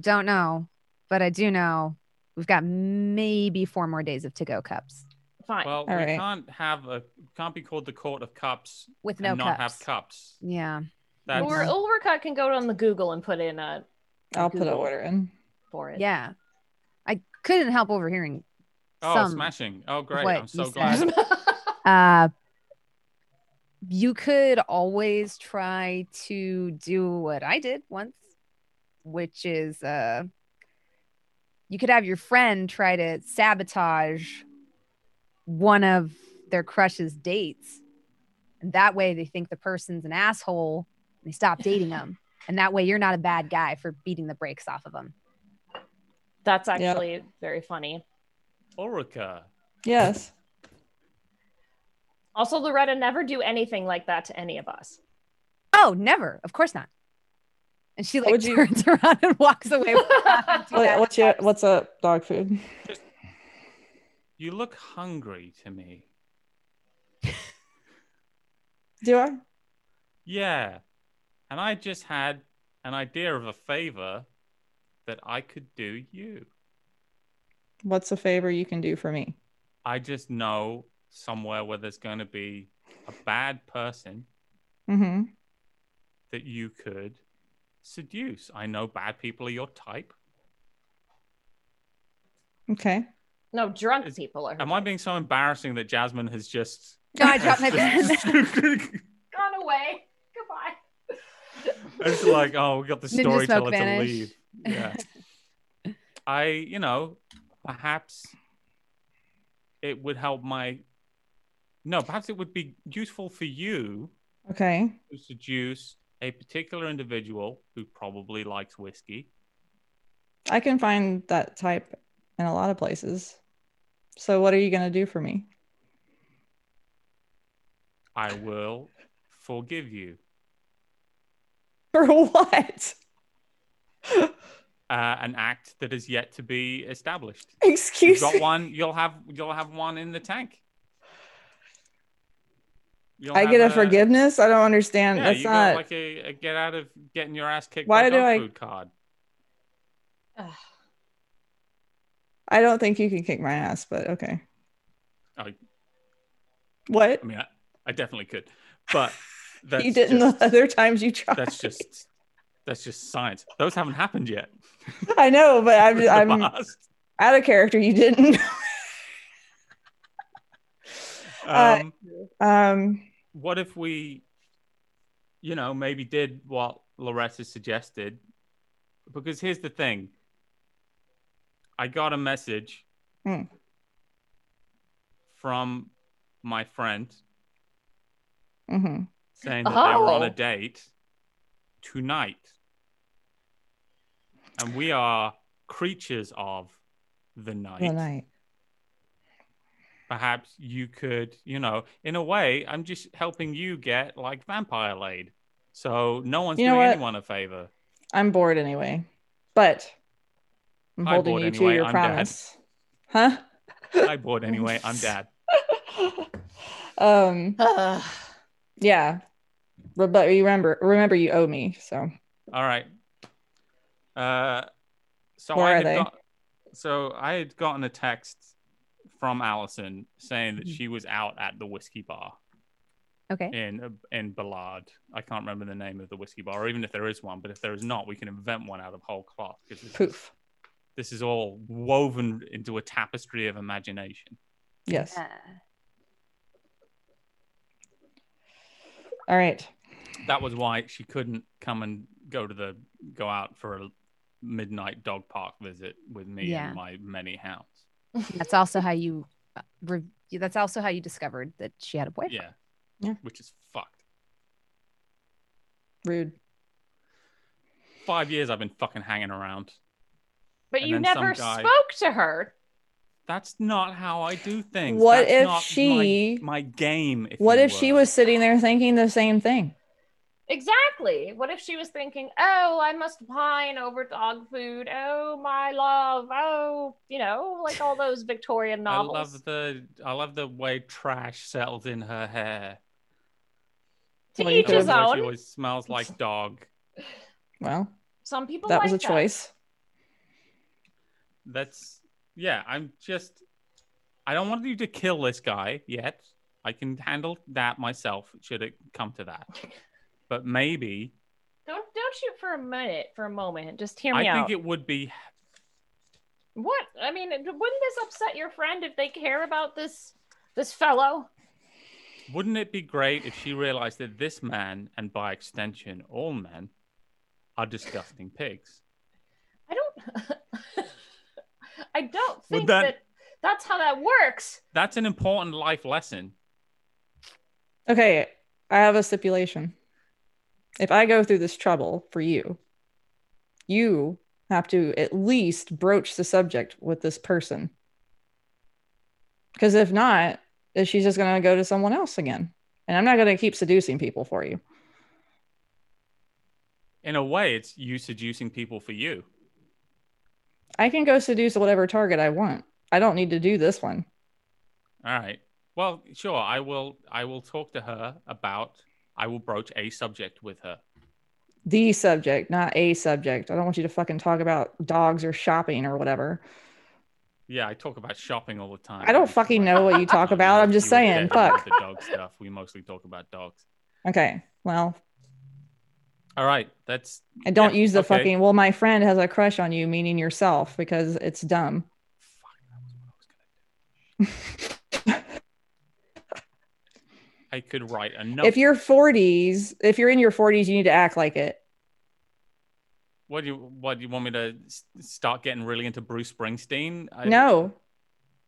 [SPEAKER 2] Don't know, but I do know we've got maybe four more days of to go cups
[SPEAKER 3] Fine.
[SPEAKER 5] Well, we
[SPEAKER 4] All right.
[SPEAKER 5] can't have a can't be called the court of cups
[SPEAKER 2] with
[SPEAKER 5] and
[SPEAKER 2] no
[SPEAKER 5] not
[SPEAKER 2] cups.
[SPEAKER 5] have cups.
[SPEAKER 2] Yeah.
[SPEAKER 5] That's
[SPEAKER 3] or Ulvercut can go on the Google and put in a
[SPEAKER 4] I'll put an
[SPEAKER 3] Google
[SPEAKER 4] order in.
[SPEAKER 3] for it.
[SPEAKER 2] Yeah. I couldn't help overhearing
[SPEAKER 5] oh
[SPEAKER 2] some.
[SPEAKER 5] smashing. Oh great!
[SPEAKER 2] what
[SPEAKER 5] I'm so
[SPEAKER 2] you
[SPEAKER 5] glad.
[SPEAKER 2] said. Uh, you could always try to do what I did once, which is uh, you could have your friend try to sabotage one of their crush's dates. And that way they think the person's an asshole and they stop dating them. And that way you're not a bad guy for beating the brakes off of them.
[SPEAKER 3] That's
[SPEAKER 4] Yeah.
[SPEAKER 3] actually very funny.
[SPEAKER 5] Orica.
[SPEAKER 4] Yes.
[SPEAKER 3] Also, Loretta never do anything like that to any of us.
[SPEAKER 2] Oh, never. Of course not. And she like
[SPEAKER 4] would you-
[SPEAKER 2] turns around and walks away.
[SPEAKER 4] What, what's your what's up, dog food?
[SPEAKER 5] You look hungry to me.
[SPEAKER 4] Do I?
[SPEAKER 5] Yeah, and I just had an idea of a favor that I could do you.
[SPEAKER 4] What's a favor you can do for me?
[SPEAKER 5] I just know somewhere where there's going to be a bad person
[SPEAKER 4] Mm-hmm.
[SPEAKER 5] that you could seduce. I know bad people are your type.
[SPEAKER 4] Okay.
[SPEAKER 3] No, drunk
[SPEAKER 5] Is-
[SPEAKER 3] people are.
[SPEAKER 5] Am I being so embarrassing that Jasmine has just
[SPEAKER 2] No, I dropped my pen.
[SPEAKER 3] gone away? Goodbye.
[SPEAKER 5] it's like, oh, we got the
[SPEAKER 2] Ninja smoke
[SPEAKER 5] storyteller to
[SPEAKER 2] vanish.
[SPEAKER 5] leave. Yeah. I, you know, perhaps it would help my. No, perhaps it would be useful for you
[SPEAKER 4] Okay.
[SPEAKER 5] to seduce a particular individual who probably likes whiskey.
[SPEAKER 4] I can find that type in a lot of places. So what are you going to do for me?
[SPEAKER 5] I will forgive you.
[SPEAKER 4] For what?
[SPEAKER 5] Uh, an act that is yet to be established. You've
[SPEAKER 4] Excuse
[SPEAKER 5] got
[SPEAKER 4] me.
[SPEAKER 5] one. You'll have. You'll have one in the tank. You'll
[SPEAKER 4] I
[SPEAKER 5] have
[SPEAKER 4] get a
[SPEAKER 5] a-
[SPEAKER 4] forgiveness? I don't understand.
[SPEAKER 5] Yeah,
[SPEAKER 4] That's
[SPEAKER 5] you
[SPEAKER 4] not
[SPEAKER 5] got like a, a get out of getting your ass kicked.
[SPEAKER 4] Why
[SPEAKER 5] by
[SPEAKER 4] do
[SPEAKER 5] dog
[SPEAKER 4] I-
[SPEAKER 5] Food card.
[SPEAKER 3] Ugh.
[SPEAKER 4] I don't think you can kick my ass, but okay.
[SPEAKER 5] Oh.
[SPEAKER 4] What?
[SPEAKER 5] I mean, I, I definitely could, but that's
[SPEAKER 4] you didn't
[SPEAKER 5] Just,
[SPEAKER 4] the other times you tried.
[SPEAKER 5] that's just that's just science. Those haven't happened yet.
[SPEAKER 4] I know, but I'm
[SPEAKER 5] The
[SPEAKER 4] I'm
[SPEAKER 5] past.
[SPEAKER 4] out of character. You didn't. uh,
[SPEAKER 5] Um,
[SPEAKER 4] Um.
[SPEAKER 5] what if we, you know, maybe did what Loretta suggested? Because here's the thing I got a message
[SPEAKER 4] Hmm.
[SPEAKER 5] from my friend
[SPEAKER 4] mhm.
[SPEAKER 5] saying that they were on a
[SPEAKER 3] Oh.
[SPEAKER 5] date tonight. And we are creatures of the night.
[SPEAKER 4] The night.
[SPEAKER 5] Perhaps you could, you know, in a way, I'm just helping you get like vampire laid. So no one's
[SPEAKER 4] You know
[SPEAKER 5] doing
[SPEAKER 4] what?
[SPEAKER 5] anyone a favor.
[SPEAKER 4] I'm bored anyway, but I'm
[SPEAKER 5] I'm
[SPEAKER 4] holding
[SPEAKER 5] bored
[SPEAKER 4] you
[SPEAKER 5] anyway,
[SPEAKER 4] to your
[SPEAKER 5] I'm dead.
[SPEAKER 4] promise.
[SPEAKER 5] I bored anyway. I'm dad.
[SPEAKER 4] Huh? um.
[SPEAKER 3] Ugh.
[SPEAKER 4] Yeah. But, but remember, remember, you owe me. So
[SPEAKER 5] All right. Uh, so
[SPEAKER 4] Where
[SPEAKER 5] I
[SPEAKER 4] are
[SPEAKER 5] had
[SPEAKER 4] they?
[SPEAKER 5] got, so I had gotten a text from Allison saying
[SPEAKER 4] Mm-hmm.
[SPEAKER 5] that she was out at the whiskey bar.
[SPEAKER 2] Okay.
[SPEAKER 5] in in Ballard. I can't remember the name of the whiskey bar, or even if there is one. But if there is not, we can invent one out of whole cloth because this, is-
[SPEAKER 4] poof.
[SPEAKER 5] this is all woven into a tapestry of imagination.
[SPEAKER 4] Yes.
[SPEAKER 2] Yeah.
[SPEAKER 4] All right.
[SPEAKER 5] That was why she couldn't come and go to the go out for a midnight dog park visit with me
[SPEAKER 2] Yeah.
[SPEAKER 5] and my many hounds.
[SPEAKER 2] That's also how you. uh, Re- that's also how you discovered that she had a boyfriend.
[SPEAKER 5] Yeah.
[SPEAKER 4] Yeah.
[SPEAKER 5] which is fucked.
[SPEAKER 4] Rude.
[SPEAKER 5] Five years I've been fucking hanging around.
[SPEAKER 3] But
[SPEAKER 5] And
[SPEAKER 3] you
[SPEAKER 5] then some
[SPEAKER 3] never
[SPEAKER 5] guy-
[SPEAKER 3] spoke to her.
[SPEAKER 5] That's not how I do things.
[SPEAKER 4] What
[SPEAKER 5] That's
[SPEAKER 4] if
[SPEAKER 5] not my-
[SPEAKER 4] she-
[SPEAKER 5] my, game? If
[SPEAKER 4] What
[SPEAKER 5] you
[SPEAKER 4] if she
[SPEAKER 5] will.
[SPEAKER 4] was sitting there thinking the same thing?
[SPEAKER 3] Exactly. What if she was thinking, "Oh, I must whine over dog food. Oh, my love. Oh, you know, like all those Victorian novels."
[SPEAKER 5] I love the I love the way trash settles in her hair.
[SPEAKER 3] to
[SPEAKER 4] Well, you
[SPEAKER 3] each
[SPEAKER 4] could
[SPEAKER 3] his
[SPEAKER 5] Where
[SPEAKER 3] own.
[SPEAKER 5] She always smells like dog.
[SPEAKER 4] Well,
[SPEAKER 3] Some people
[SPEAKER 4] that
[SPEAKER 3] like
[SPEAKER 4] was a choice.
[SPEAKER 5] That's yeah. I'm just. I don't want you to kill this guy yet. I can handle that myself. Should it come to that, but maybe
[SPEAKER 3] Don't don't shoot for a minute, for a moment. Just hear
[SPEAKER 5] I
[SPEAKER 3] me out.
[SPEAKER 5] think it would be.
[SPEAKER 3] What? I mean, wouldn't this upset your friend if they care about this this fellow?
[SPEAKER 5] Wouldn't it be great if she realized that this man, and by extension all men, are disgusting pigs?
[SPEAKER 3] I don't I don't
[SPEAKER 5] Would
[SPEAKER 3] think
[SPEAKER 5] that-
[SPEAKER 3] that... that's how that works.
[SPEAKER 5] That's an important life lesson.
[SPEAKER 4] Okay, I have a stipulation. If I go through this trouble for you, you have to at least broach the subject with this person. Because if not, then she's just going to go to someone else again. And I'm not going to keep seducing people for you.
[SPEAKER 5] In a way, it's you seducing people for you.
[SPEAKER 4] I can go seduce whatever target I want. I don't need to do this one.
[SPEAKER 5] All right. Well, sure. I will. I will talk to her about. I will broach a subject with her.
[SPEAKER 4] The subject, not a subject. I don't want you to fucking talk about dogs or shopping or whatever.
[SPEAKER 5] Yeah, I talk about shopping all the time.
[SPEAKER 4] I don't
[SPEAKER 5] Just
[SPEAKER 4] fucking
[SPEAKER 5] like-
[SPEAKER 4] know what you talk
[SPEAKER 5] You
[SPEAKER 4] about.
[SPEAKER 5] were-
[SPEAKER 4] I'm just
[SPEAKER 5] you were
[SPEAKER 4] saying,
[SPEAKER 5] dead on
[SPEAKER 4] fuck.
[SPEAKER 5] with The dog stuff. We mostly talk about dogs.
[SPEAKER 4] Okay. Well,
[SPEAKER 5] All right. That's
[SPEAKER 4] And don't
[SPEAKER 5] Yeah,
[SPEAKER 4] use the
[SPEAKER 5] okay.
[SPEAKER 4] fucking, well, my friend has a crush on you, meaning yourself, because it's dumb.
[SPEAKER 5] fuck. That was what I was gonna do. I could write a note.
[SPEAKER 4] If you're 40s, if you're in your 40s, you need to act like it.
[SPEAKER 5] What do you What do you want me to s- start getting really into Bruce Springsteen? I,
[SPEAKER 4] no.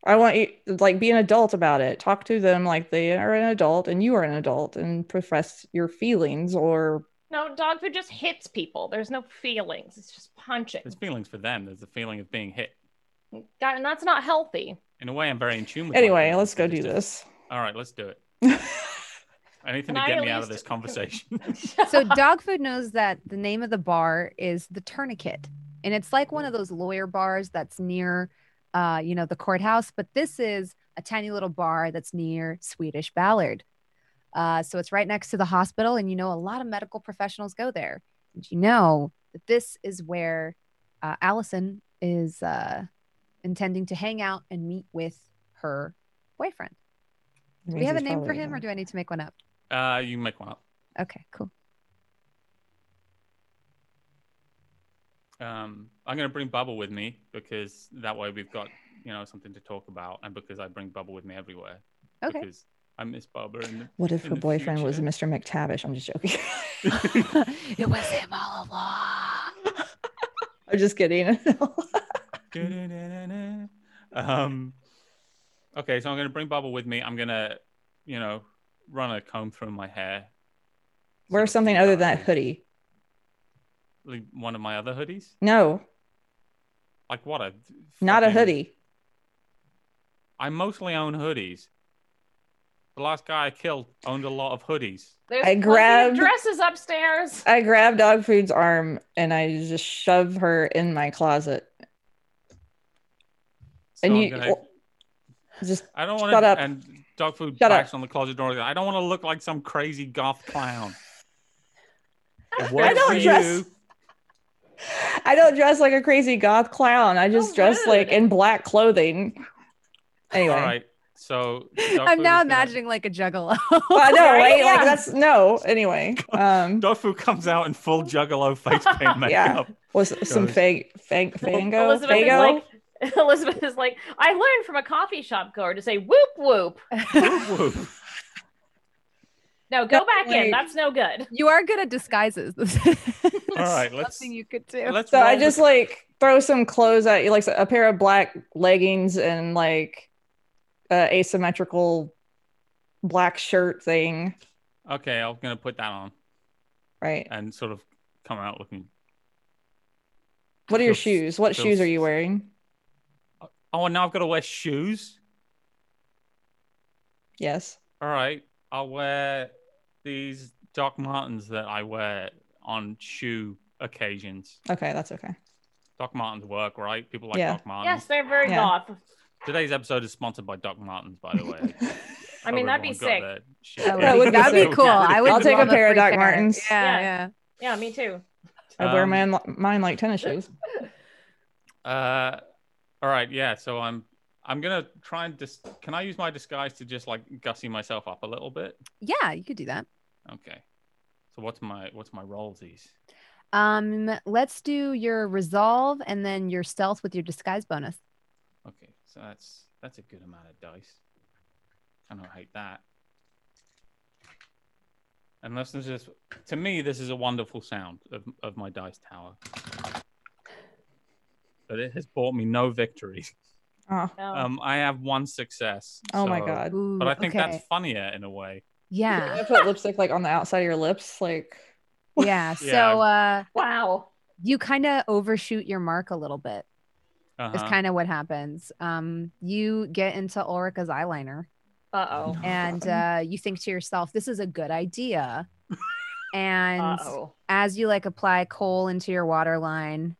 [SPEAKER 4] I want you like be an adult about it. Talk to them like they are an adult and you are an adult and profess your feelings or
[SPEAKER 3] No, dog food just hits people. There's no feelings. It's just punching.
[SPEAKER 5] There's feelings for them. There's the feeling of being hit.
[SPEAKER 3] That, and that's not healthy.
[SPEAKER 5] In a way, I'm very in tune with. my
[SPEAKER 4] anyway,
[SPEAKER 5] feelings.
[SPEAKER 4] let's go
[SPEAKER 5] It's
[SPEAKER 4] do
[SPEAKER 5] just-
[SPEAKER 4] this.
[SPEAKER 5] All right, let's do it.
[SPEAKER 3] Can
[SPEAKER 5] Anything to
[SPEAKER 3] I
[SPEAKER 5] get
[SPEAKER 3] at
[SPEAKER 5] me out of
[SPEAKER 3] least-
[SPEAKER 5] this conversation.
[SPEAKER 2] So dog food knows that the name of the bar is the tourniquet. And it's like one of those lawyer bars that's near uh, you know, the courthouse, but this is a tiny little bar that's near Swedish Ballard. Uh, so it's right next to the hospital, and you know a lot of medical professionals go there. And you know that this is where uh, Allison is uh, intending to hang out and meet with her boyfriend. Do we have a name for him, or do I need to make one up?
[SPEAKER 5] uh, you make one up.
[SPEAKER 2] Okay, cool.
[SPEAKER 5] Um, I'm going to bring Bubble with me because that way we've got you know something to talk about, and because I bring Bubble with me everywhere.
[SPEAKER 2] Okay.
[SPEAKER 5] Because I miss Bubble. And
[SPEAKER 4] what if
[SPEAKER 5] in
[SPEAKER 4] her
[SPEAKER 5] the
[SPEAKER 4] boyfriend was
[SPEAKER 5] future?
[SPEAKER 4] Mr. McTavish? I'm just joking.
[SPEAKER 2] it was him all along.
[SPEAKER 4] I'm just kidding.
[SPEAKER 5] um, okay, so I'm going to bring Bubble with me. I'm going to, you know, run a comb through my hair.
[SPEAKER 4] Wear
[SPEAKER 5] Sort of
[SPEAKER 4] something
[SPEAKER 5] think
[SPEAKER 4] other
[SPEAKER 5] about
[SPEAKER 4] than that
[SPEAKER 5] it.
[SPEAKER 4] hoodie.
[SPEAKER 5] Like One of my other hoodies?
[SPEAKER 4] No,
[SPEAKER 5] Like what? A
[SPEAKER 4] not a
[SPEAKER 5] fucking-
[SPEAKER 4] hoodie.
[SPEAKER 5] I mostly own hoodies. The last guy I killed owned a lot of hoodies.
[SPEAKER 3] There's
[SPEAKER 4] I
[SPEAKER 3] plenty of
[SPEAKER 4] grabbed-
[SPEAKER 3] dresses upstairs.
[SPEAKER 4] I grab dog food's arm and I just shove her in my closet.
[SPEAKER 5] So
[SPEAKER 4] And
[SPEAKER 5] I'm
[SPEAKER 4] you-
[SPEAKER 5] gonna-
[SPEAKER 4] Just
[SPEAKER 5] I don't
[SPEAKER 4] Shut
[SPEAKER 5] want
[SPEAKER 4] up.
[SPEAKER 5] to. And dog food
[SPEAKER 4] Shut up.
[SPEAKER 5] backs on the closet door. I don't want to look like some crazy goth clown. It
[SPEAKER 4] I
[SPEAKER 5] worked for
[SPEAKER 4] don't dress.
[SPEAKER 5] you.
[SPEAKER 4] I don't dress like a crazy goth clown. I just
[SPEAKER 3] Oh,
[SPEAKER 4] dress like
[SPEAKER 3] rude.
[SPEAKER 4] in black clothing. Anyway,
[SPEAKER 5] All right. So dog
[SPEAKER 2] I'm
[SPEAKER 5] food
[SPEAKER 2] now
[SPEAKER 5] is gonna-
[SPEAKER 2] imagining like a juggalo.
[SPEAKER 4] Well, I know,
[SPEAKER 3] Right?
[SPEAKER 4] right? Like
[SPEAKER 3] Yeah.
[SPEAKER 4] that's no. Anyway, um,
[SPEAKER 5] Dog food comes out in full juggalo face paint makeup.
[SPEAKER 4] was some
[SPEAKER 5] Goes.
[SPEAKER 4] fag fag fango
[SPEAKER 3] Elizabeth is
[SPEAKER 4] fago.
[SPEAKER 3] like, Elizabeth is like, I learned from a coffee shop goer to say whoop whoop.
[SPEAKER 5] Whoop, whoop.
[SPEAKER 3] No, go
[SPEAKER 4] No,
[SPEAKER 3] back in.
[SPEAKER 4] like-
[SPEAKER 3] That's no good.
[SPEAKER 2] you are good at disguises.
[SPEAKER 5] All right, let's
[SPEAKER 2] Something you could do.
[SPEAKER 5] let's.
[SPEAKER 4] So I
[SPEAKER 5] roll
[SPEAKER 4] just
[SPEAKER 5] the-
[SPEAKER 4] like throw some clothes at you, like a pair of black leggings and like uh, asymmetrical black shirt thing,
[SPEAKER 5] okay, I'm gonna put that on
[SPEAKER 4] right?
[SPEAKER 5] and sort of come out looking.
[SPEAKER 4] What are your
[SPEAKER 5] feels-
[SPEAKER 4] shoes? What
[SPEAKER 5] feels-
[SPEAKER 4] shoes are you wearing?
[SPEAKER 5] Oh, and now I've got to wear shoes.
[SPEAKER 4] Yes.
[SPEAKER 5] All right, I'll wear these Doc Martens that I wear on shoe occasions.
[SPEAKER 4] Okay, that's okay.
[SPEAKER 5] Doc Martens work, right? People like
[SPEAKER 4] Yeah.
[SPEAKER 5] Doc Martens.
[SPEAKER 3] Yes, they're very
[SPEAKER 4] Yeah.
[SPEAKER 3] goth.
[SPEAKER 5] Today's episode is sponsored by Doc Martens, by the way.
[SPEAKER 3] I mean, that'd be sick.
[SPEAKER 2] That
[SPEAKER 4] That
[SPEAKER 2] would
[SPEAKER 4] would be
[SPEAKER 2] that'd be
[SPEAKER 4] so
[SPEAKER 2] cool.
[SPEAKER 5] Um,
[SPEAKER 2] I would
[SPEAKER 4] I'll take a
[SPEAKER 2] love
[SPEAKER 4] pair of
[SPEAKER 2] free
[SPEAKER 4] Doc Martens.
[SPEAKER 2] Yeah,
[SPEAKER 3] Yeah.
[SPEAKER 2] yeah.
[SPEAKER 3] Yeah, me too.
[SPEAKER 4] I wear
[SPEAKER 5] Um,
[SPEAKER 4] mine, mine like tennis shoes.
[SPEAKER 5] Uh, all right, yeah. So I'm, I'm gonna try and dis- Can I use my disguise to just like gussy myself up a little bit?
[SPEAKER 2] Yeah, you could do that.
[SPEAKER 5] Okay. So what's my what's my roll these?
[SPEAKER 2] Um, let's do your resolve and then your stealth with your disguise bonus.
[SPEAKER 5] Okay, so that's that's a good amount of dice. I don't hate that. Unless there's just to me, this is a wonderful sound of, of my dice tower. But it has bought me no victories.
[SPEAKER 4] Oh,
[SPEAKER 3] No.
[SPEAKER 5] Um, I have one success.
[SPEAKER 4] oh my
[SPEAKER 5] so-
[SPEAKER 4] god.
[SPEAKER 2] Ooh,
[SPEAKER 5] But I think
[SPEAKER 2] okay.
[SPEAKER 5] that's funnier in a way.
[SPEAKER 2] yeah,
[SPEAKER 4] I put lipstick like on the outside of your lips, like
[SPEAKER 2] yeah. So uh,
[SPEAKER 3] wow.
[SPEAKER 2] you kind of overshoot your mark a little bit. Is
[SPEAKER 5] Uh-huh.
[SPEAKER 2] kind of what happens. Um, you get into Ulrika's eyeliner.
[SPEAKER 3] Uh oh.
[SPEAKER 2] and uh, you think to yourself, this is a good idea. and
[SPEAKER 3] Uh oh.
[SPEAKER 2] as you like apply coal into your water line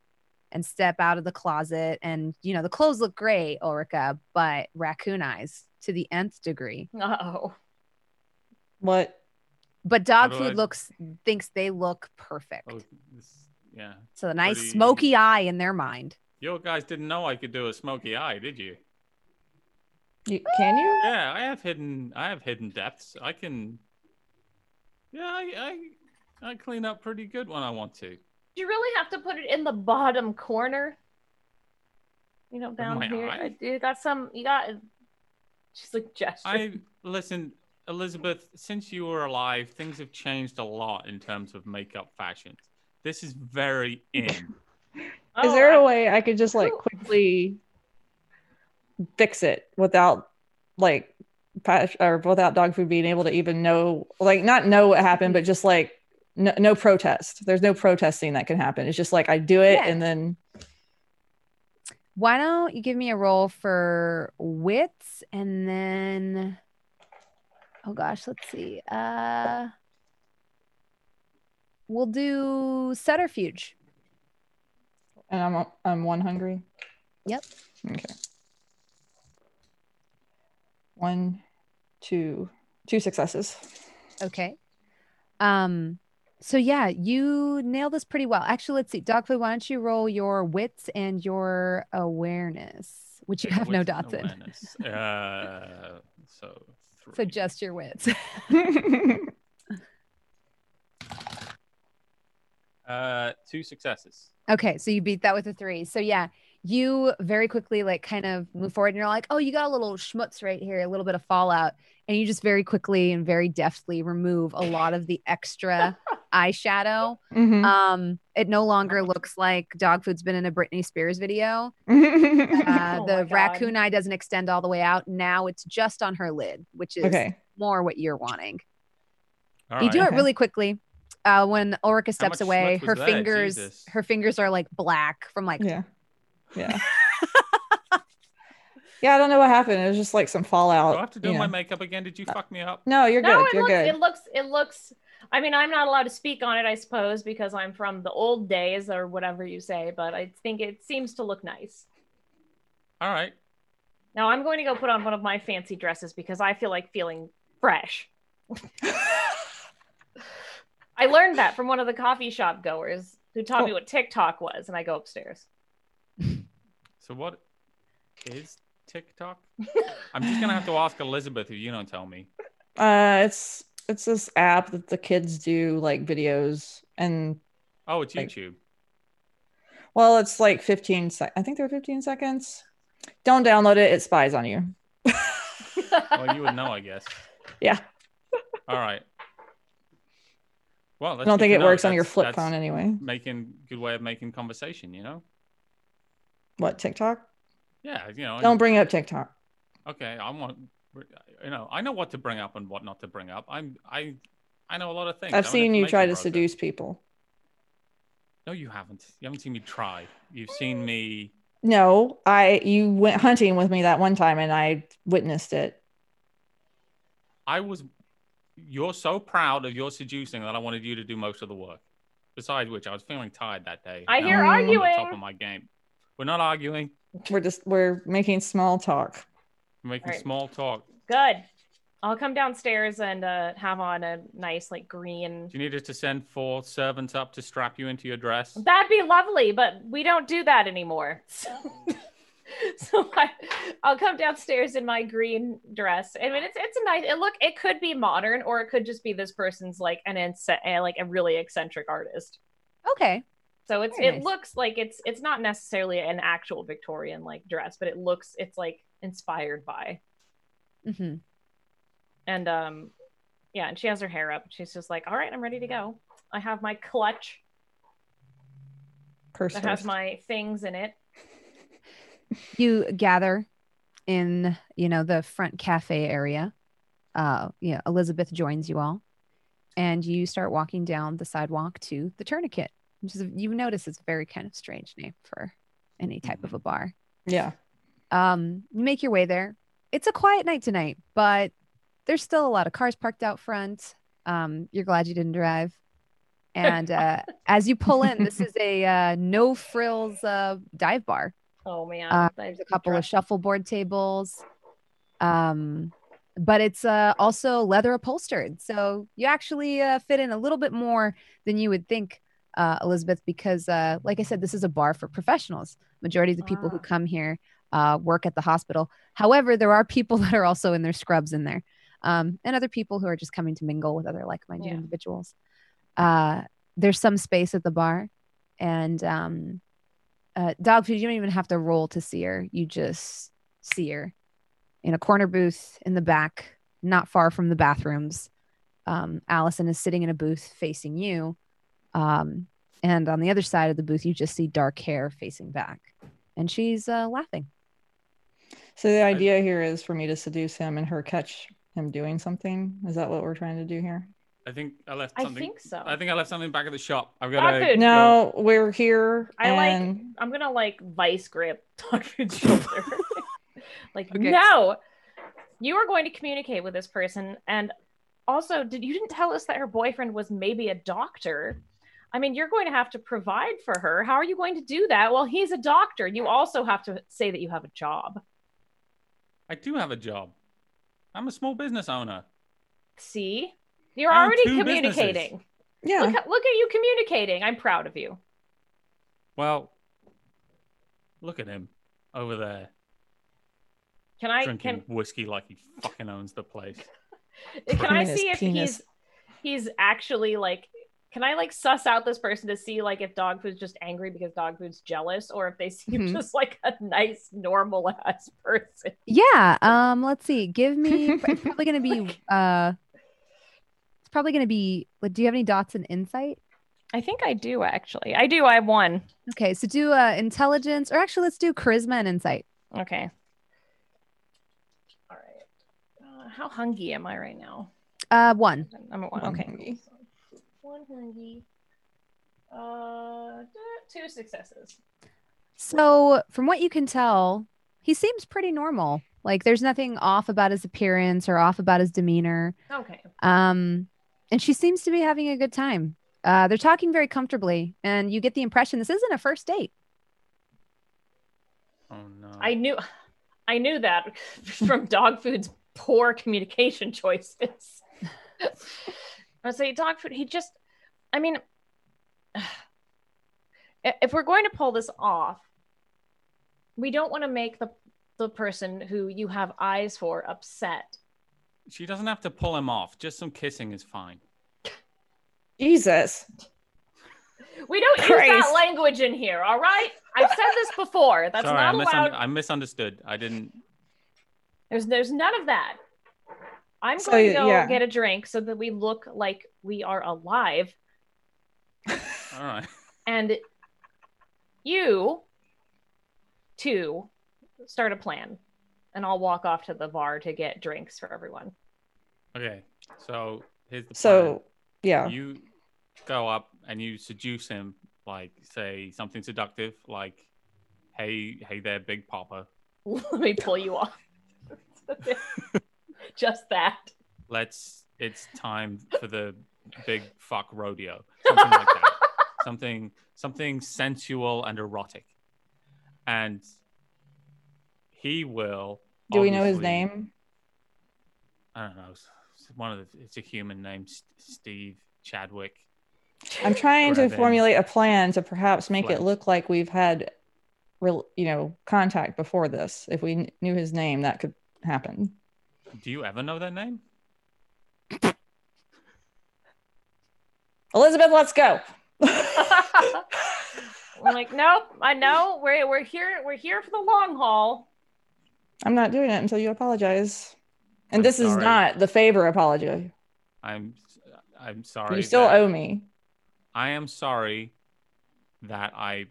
[SPEAKER 2] and step out of the closet, and you know, the clothes look great, Ulrika, but raccoon eyes to the nth degree.
[SPEAKER 3] Uh oh.
[SPEAKER 4] what?
[SPEAKER 2] But dog
[SPEAKER 5] do
[SPEAKER 2] food
[SPEAKER 5] I-
[SPEAKER 2] looks thinks they look perfect.
[SPEAKER 5] Oh, this- yeah.
[SPEAKER 2] so the nice
[SPEAKER 5] pretty-
[SPEAKER 2] smoky eye in their mind.
[SPEAKER 5] You guys didn't know I could do a smoky eye, did you?
[SPEAKER 4] You, can you?
[SPEAKER 5] Yeah, I have hidden. I have hidden depths. I can. Yeah, I, I I clean up pretty good when I want to.
[SPEAKER 3] Do you really have to put it in the bottom corner? You know, down
[SPEAKER 5] my
[SPEAKER 3] here.
[SPEAKER 5] eye?
[SPEAKER 3] You got some. You got. She's like gesturing.
[SPEAKER 5] I listen, Elizabeth. Since you were alive, things have changed a lot in terms of makeup fashions. This is very in.
[SPEAKER 3] Oh,
[SPEAKER 4] Is there
[SPEAKER 3] I-
[SPEAKER 4] a way I could just like
[SPEAKER 3] Cool.
[SPEAKER 4] quickly fix it without like patch or without dog food being able to even know like not know what happened, but just like no, no protest. There's no protesting that can happen. It's just like I do it
[SPEAKER 3] Yeah.
[SPEAKER 4] and then
[SPEAKER 2] Why don't you give me a roll for wits and then oh gosh, let's see. Uh we'll do subterfuge.
[SPEAKER 4] and I'm I'm one hungry.
[SPEAKER 2] Yep.
[SPEAKER 4] Okay. One, two, two successes.
[SPEAKER 2] Okay. Um so yeah, you nail this pretty well. Actually, let's see. Dog food, why don't you roll your wits and your awareness, which you have no
[SPEAKER 5] With
[SPEAKER 2] dots in.
[SPEAKER 5] awareness. Uh, so,
[SPEAKER 2] So
[SPEAKER 5] three.
[SPEAKER 2] just your wits.
[SPEAKER 4] Mm-hmm.
[SPEAKER 5] uh, two successes.
[SPEAKER 2] Okay, so you beat that with a three. So yeah, you very quickly like kind of move forward and you're like, oh, you got a little schmutz right here, a little bit of fallout. And you just very quickly and very deftly remove a lot of the extra eyeshadow.
[SPEAKER 3] Uh,
[SPEAKER 4] Mhm.
[SPEAKER 2] Um, it no longer looks like dog food's been in a Britney Spears video. Uh,
[SPEAKER 3] Oh my
[SPEAKER 2] the
[SPEAKER 3] God.
[SPEAKER 2] raccoon eye doesn't extend all the way out. Now it's just on her lid, which is
[SPEAKER 4] okay.
[SPEAKER 2] more what you're wanting.
[SPEAKER 5] All
[SPEAKER 2] you do
[SPEAKER 5] right.
[SPEAKER 2] it
[SPEAKER 4] Okay.
[SPEAKER 2] really quickly. Uh, when Ulrika
[SPEAKER 5] much
[SPEAKER 2] steps
[SPEAKER 5] schmutz
[SPEAKER 2] away,
[SPEAKER 5] was
[SPEAKER 2] her
[SPEAKER 5] that?
[SPEAKER 2] fingers
[SPEAKER 5] Jesus.
[SPEAKER 2] her fingers are like black from like
[SPEAKER 4] Yeah. Yeah. yeah, I don't know what happened. It was just like some fallout.
[SPEAKER 5] Do I have to do
[SPEAKER 4] you
[SPEAKER 5] my
[SPEAKER 4] know.
[SPEAKER 5] makeup again? Did
[SPEAKER 2] Uh,
[SPEAKER 5] you fuck me up?
[SPEAKER 4] No, you're
[SPEAKER 3] No,
[SPEAKER 4] good.
[SPEAKER 3] it
[SPEAKER 4] You're
[SPEAKER 3] looks,
[SPEAKER 4] good.
[SPEAKER 3] it looks, it looks. I mean, I'm not allowed to speak on it, I suppose, because I'm from the old days or whatever you say. But I think it seems to look nice.
[SPEAKER 5] All right.
[SPEAKER 3] Now I'm going to go put on one of my fancy dresses because I feel like feeling fresh. I learned that from one of the coffee shop goers who taught me
[SPEAKER 4] Cool.
[SPEAKER 3] what TikTok was, and I go upstairs.
[SPEAKER 5] So what is TikTok? I'm just gonna have to ask Elizabeth if you don't tell me.
[SPEAKER 4] Uh, it's it's this app that the kids do like videos and
[SPEAKER 5] Oh, it's
[SPEAKER 4] Like-
[SPEAKER 5] YouTube.
[SPEAKER 4] well, it's like 15 sec- I think they're 15 seconds. Don't download it. It spies on you.
[SPEAKER 5] Well, you would know, I guess.
[SPEAKER 4] Yeah.
[SPEAKER 5] All right. Well,
[SPEAKER 4] I don't think it works on your flip
[SPEAKER 5] flip
[SPEAKER 4] phone anyway.
[SPEAKER 5] Making good way of making conversation, you know.
[SPEAKER 4] What TikTok?
[SPEAKER 5] Yeah, you know.
[SPEAKER 4] Don't bring up TikTok.
[SPEAKER 5] okay, I want. You know, I know what to bring up and what not to bring up. I'm I, I know a lot of things.
[SPEAKER 4] I've
[SPEAKER 5] I'm an
[SPEAKER 4] seen you try to
[SPEAKER 5] information broker.
[SPEAKER 4] seduce people.
[SPEAKER 5] No, you haven't. You haven't seen me try. You've seen me.
[SPEAKER 4] No, I you went hunting with me that one time and I witnessed it.
[SPEAKER 5] I was. You're so proud of your seducing that I wanted you to do most of the work. Besides which, I was feeling tired that day.
[SPEAKER 3] I
[SPEAKER 5] and
[SPEAKER 3] hear
[SPEAKER 5] I'm on the top of
[SPEAKER 3] arguing.
[SPEAKER 5] my game. We're not arguing.
[SPEAKER 4] We're just we're making small talk.
[SPEAKER 5] We're making
[SPEAKER 3] Alright.
[SPEAKER 5] small talk.
[SPEAKER 3] Good. I'll come downstairs and uh, have on a nice, like, green.
[SPEAKER 5] Do you need us to send four servants up to strap you into your dress?
[SPEAKER 3] That'd be lovely, but we don't do that anymore. So, so I, I'll come downstairs in my green dress. I mean, it's it's a nice. It look. It could be modern, or it could just be this person's like an inse- uh, like a really eccentric artist.
[SPEAKER 2] okay.
[SPEAKER 3] So it's
[SPEAKER 2] Very
[SPEAKER 3] it
[SPEAKER 2] nice.
[SPEAKER 3] looks like it's it's not necessarily an actual Victorian like dress, but it looks it's like inspired by.
[SPEAKER 2] hmm
[SPEAKER 3] And um, yeah, and she has her hair up. She's just like, all right, I'm ready to go. I have my clutch
[SPEAKER 4] Curse
[SPEAKER 3] that has
[SPEAKER 4] first.
[SPEAKER 3] my things in it.
[SPEAKER 2] you gather in you know the front cafe area uh yeah elizabeth joins you all and you start walking down the sidewalk to the tourniquet which is you notice it's a very kind of strange name for any type of a bar
[SPEAKER 4] Yeah.
[SPEAKER 2] um you make your way there it's a quiet night tonight but there's still a lot of cars parked out front um you're glad you didn't drive and uh as you pull in this is a uh, no frills uh dive bar
[SPEAKER 3] Oh man,
[SPEAKER 2] Uh,
[SPEAKER 3] there's
[SPEAKER 2] a couple of shuffleboard tables um but it's uh, also leather upholstered so you actually uh, fit in a little bit more than you would think uh, elizabeth because uh, like i said this is a bar for professionals majority of the people who
[SPEAKER 3] Ah.
[SPEAKER 2] come here uh, work at the hospital however there are people that are also in their scrubs in there um, and other people who are just coming to mingle with other like-minded
[SPEAKER 3] Yeah.
[SPEAKER 2] individuals uh, there's some space at the bar and um, uh, dog food you don't even have to roll to see her you just see her in a corner booth in the back not far from the bathrooms um, allison is sitting in a booth facing you um, And on the other side of the booth, you just see dark hair facing back. And she's uh, laughing.
[SPEAKER 4] So the idea here is for me to seduce him and her catch him doing something. Is that what we're trying to do here?
[SPEAKER 5] I think I left
[SPEAKER 3] I
[SPEAKER 5] something.
[SPEAKER 3] think so.
[SPEAKER 5] I think I left something back at the shop. I've
[SPEAKER 3] Dog
[SPEAKER 5] got to
[SPEAKER 3] food.
[SPEAKER 4] No, we're here.
[SPEAKER 3] I like-
[SPEAKER 4] and-
[SPEAKER 3] I'm gonna like vice grip Todd's shoulder. like
[SPEAKER 2] Okay.
[SPEAKER 3] no, you are going to communicate with this person, and also, did you didn't tell us that her boyfriend was maybe a doctor? I mean, you're going to have to provide for her. How are you going to do that? Well, he's a doctor. You also have to say that you have a job.
[SPEAKER 5] I do have a job. I'm a small business owner.
[SPEAKER 3] See, you're
[SPEAKER 5] And
[SPEAKER 3] already
[SPEAKER 5] two
[SPEAKER 3] communicating.
[SPEAKER 4] yeah.
[SPEAKER 3] Look, at- look at you communicating. I'm proud of you.
[SPEAKER 5] Well, look at him over there
[SPEAKER 3] Can I
[SPEAKER 5] drinking
[SPEAKER 3] can
[SPEAKER 5] whiskey like he fucking owns the place.
[SPEAKER 3] Can I
[SPEAKER 4] Penis,
[SPEAKER 3] see if
[SPEAKER 4] penis.
[SPEAKER 3] he's he's actually like? Can I like suss out this person to see like if dog food's just angry because dog food's jealous, or if they seem
[SPEAKER 2] Mhm.
[SPEAKER 3] just like a nice, normal ass person?
[SPEAKER 2] Yeah. Um. Let's see. Give me. It's probably gonna be. Uh. It's probably gonna be. Like, do you have any dots in insight?
[SPEAKER 3] I think I do actually. I do. I have one.
[SPEAKER 2] Okay. So do uh intelligence, or actually, let's do charisma and insight.
[SPEAKER 3] Okay. All right. Uh, how hungry am I right now?
[SPEAKER 2] Uh. One.
[SPEAKER 3] I'm at one.
[SPEAKER 4] One
[SPEAKER 3] okay.
[SPEAKER 4] hungry.
[SPEAKER 3] One hungry. Uh, two successes.
[SPEAKER 2] So from what you can tell, he seems pretty normal. Like there's nothing off about his appearance or off about his demeanor.
[SPEAKER 3] Okay.
[SPEAKER 2] Um, and she seems to be having a good time. Uh, they're talking very comfortably, and you get the impression this isn't a first date.
[SPEAKER 5] Oh no.
[SPEAKER 3] I knew, I knew that from dog food's poor communication choices. I would say dog food. He just, I mean, i- if we're going to pull this off, we don't want to make the the person who you have eyes for upset.
[SPEAKER 5] She doesn't have to pull him off. Just some kissing is fine.
[SPEAKER 4] Jesus.
[SPEAKER 3] We don't use that
[SPEAKER 4] Christ.
[SPEAKER 3] language in here. All right, I've said this before. That's
[SPEAKER 5] Sorry,
[SPEAKER 3] not
[SPEAKER 5] I,
[SPEAKER 3] allowed.
[SPEAKER 5] misunder- I misunderstood. I didn't.
[SPEAKER 3] There's there's none of that. I'm
[SPEAKER 4] So,
[SPEAKER 3] going to go
[SPEAKER 4] yeah.
[SPEAKER 3] get a drink so that we look like we are alive
[SPEAKER 5] All right.
[SPEAKER 3] and you two start a plan and I'll walk off to the bar to get drinks for everyone.
[SPEAKER 5] Okay. So here's the
[SPEAKER 4] So,
[SPEAKER 5] plan.
[SPEAKER 4] yeah.
[SPEAKER 5] you go up and you seduce him, like say something seductive, like, "Hey, hey there, Big Papa.
[SPEAKER 3] Let me pull you off. Just that.
[SPEAKER 5] Let's. It's time for the big fuck rodeo. Something like that. Something something sensual and erotic. And he will.
[SPEAKER 4] Do we know his
[SPEAKER 5] obviously-
[SPEAKER 4] name?
[SPEAKER 5] I don't know. It's it's one of the, it's a human named S- Steve Chadwick.
[SPEAKER 4] I'm trying to
[SPEAKER 5] Grab in.
[SPEAKER 4] formulate a plan to perhaps make it
[SPEAKER 5] Flange.
[SPEAKER 4] look like we've had real, you know, contact before this. If we kn- knew his name, that could happen.
[SPEAKER 5] Do you ever know that name?
[SPEAKER 4] Elizabeth, let's go.
[SPEAKER 3] I'm like, nope, I know. We're we're here we're here for the long haul.
[SPEAKER 4] I'm not doing it until you apologize. And
[SPEAKER 5] I'm
[SPEAKER 4] this is
[SPEAKER 5] sorry.
[SPEAKER 4] not the favor apology.
[SPEAKER 5] I'm I'm sorry.
[SPEAKER 4] you still
[SPEAKER 5] that-
[SPEAKER 4] owe me.
[SPEAKER 5] I am sorry that I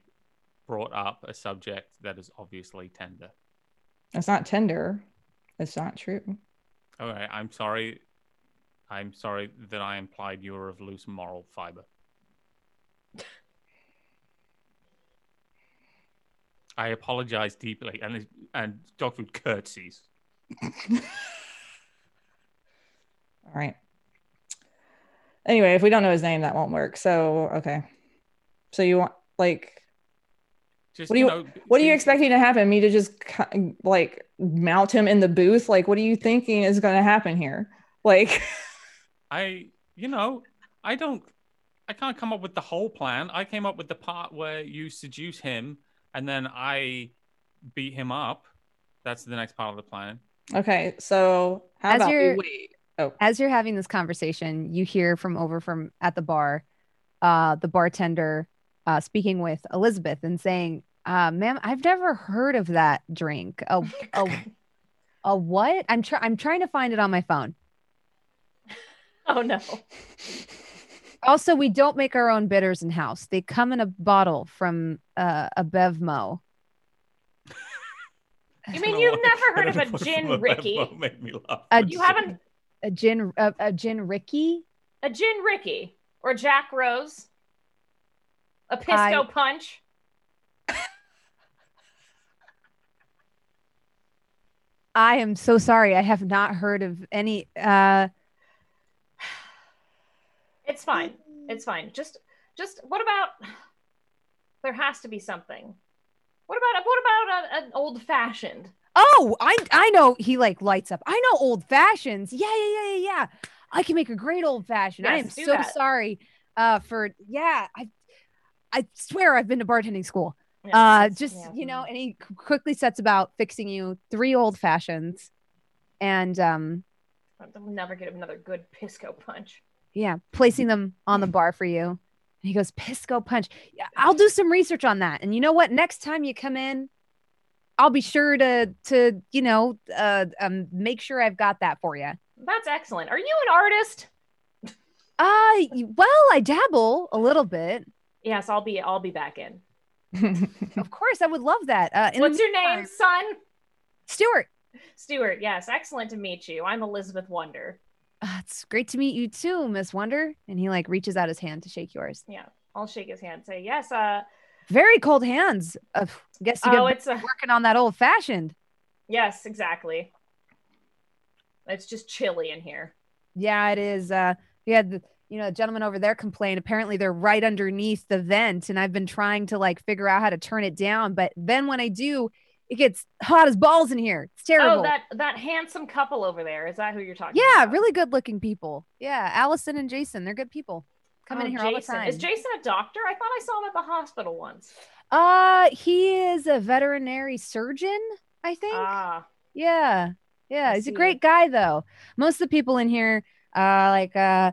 [SPEAKER 5] brought up a subject that is obviously tender.
[SPEAKER 4] It's not tender. It's not true.
[SPEAKER 5] All right, I'm sorry. I'm sorry that I implied you were of loose moral fiber. I apologize deeply, and and dog food curtsies.
[SPEAKER 4] All right. Anyway, if we don't know his name, that won't work. So okay. So you want like
[SPEAKER 5] Just
[SPEAKER 4] What do you-
[SPEAKER 5] know,
[SPEAKER 4] what are you
[SPEAKER 5] be-
[SPEAKER 4] expecting to happen? Me to just cu- like mount him in the booth? Like what are you thinking is going to happen here? Like
[SPEAKER 5] I, you know, I don't, I can't come up with the whole plan. I came up with the part where you seduce him and then I beat him up. That's the next part of the plan.
[SPEAKER 4] okay, so how
[SPEAKER 2] As
[SPEAKER 4] about we
[SPEAKER 2] you're-
[SPEAKER 4] wait? Oh,
[SPEAKER 2] As you're having this conversation, you hear from over from at the bar, uh, the bartender uh, speaking with Elizabeth and saying, uh, "Ma'am, I've never heard of that drink. A a, a what? I'm try I'm trying to find it on my phone.
[SPEAKER 3] Oh no.
[SPEAKER 2] Also, we don't make our own bitters in house. They come in a bottle from uh, a Bevmo.
[SPEAKER 3] You mean you've never heard of a gin, Ricky? Uh,
[SPEAKER 5] Made me laugh.
[SPEAKER 2] A
[SPEAKER 5] when
[SPEAKER 3] You
[SPEAKER 5] she-
[SPEAKER 3] haven't
[SPEAKER 2] A gin, a, a gin Ricky.
[SPEAKER 3] a gin Ricky or Jack Rose, a pisco
[SPEAKER 2] I-
[SPEAKER 3] punch.
[SPEAKER 2] I am so sorry. I have not heard of any. Uh,
[SPEAKER 3] It's fine.
[SPEAKER 2] Mm.
[SPEAKER 3] It's fine. Just, just what about? There has to be something. What about what about a, an old fashioned?
[SPEAKER 2] oh, I I know. He like lights up. I know old fashions. Yeah, yeah, yeah, yeah, yeah. I can make a great old fashioned. I am
[SPEAKER 3] Yes, do
[SPEAKER 2] so
[SPEAKER 3] that.
[SPEAKER 2] sorry. Uh, for yeah, I I swear I've been to bartending school.
[SPEAKER 3] Yeah,
[SPEAKER 2] uh
[SPEAKER 3] it's-
[SPEAKER 2] just
[SPEAKER 3] yeah.
[SPEAKER 2] you know and he qu- quickly sets about fixing you three old fashions and um
[SPEAKER 3] hmm. I'll never get another good pisco punch.
[SPEAKER 2] yeah placing them on the bar for you and he goes pisco punch Yeah, i'll do some research on that and you know what next time you come in i'll be sure to to you know uh um make sure i've got that for you
[SPEAKER 3] That's excellent. Are you an artist?
[SPEAKER 2] uh y- well i dabble a little bit
[SPEAKER 3] Yes, I'll be. I'll be back in.
[SPEAKER 2] of course i would love that uh in the
[SPEAKER 3] What's your name,
[SPEAKER 2] meantime-
[SPEAKER 3] son?
[SPEAKER 2] stuart
[SPEAKER 3] Stuart. Yes, excellent to meet you. I'm Elizabeth Wonder.
[SPEAKER 2] uh, it's great to meet you too miss wonder and he like reaches out his hand to shake yours
[SPEAKER 3] I'll shake his hand. and Say yes. Uh,
[SPEAKER 2] Very cold hands. Uh, guess you
[SPEAKER 3] oh,
[SPEAKER 2] get
[SPEAKER 3] it's a
[SPEAKER 2] working on that old fashioned.
[SPEAKER 3] yes, exactly. It's just chilly in here.
[SPEAKER 2] Yeah, it is. Uh, we had the, you know, the gentleman over there complained. Apparently, they're right underneath the vent, and I've been trying to like figure out how to turn it down. But then when I do, it gets hot as balls in here. It's terrible.
[SPEAKER 3] Oh, that that handsome couple over there. Is that who you're talking?
[SPEAKER 2] yeah,
[SPEAKER 3] about?
[SPEAKER 2] really good looking people. Yeah, Allison and Jason, they're good people. Come
[SPEAKER 3] Oh,
[SPEAKER 2] in here all the
[SPEAKER 3] Jason.
[SPEAKER 2] time.
[SPEAKER 3] Is Jason a doctor? I thought I saw him at the hospital once.
[SPEAKER 2] uh, he is a veterinary surgeon, I think.
[SPEAKER 3] Ah,
[SPEAKER 2] Yeah. Yeah.
[SPEAKER 3] I
[SPEAKER 2] He's a
[SPEAKER 3] see.
[SPEAKER 2] great guy though. Most of the people in here, uh, like uh,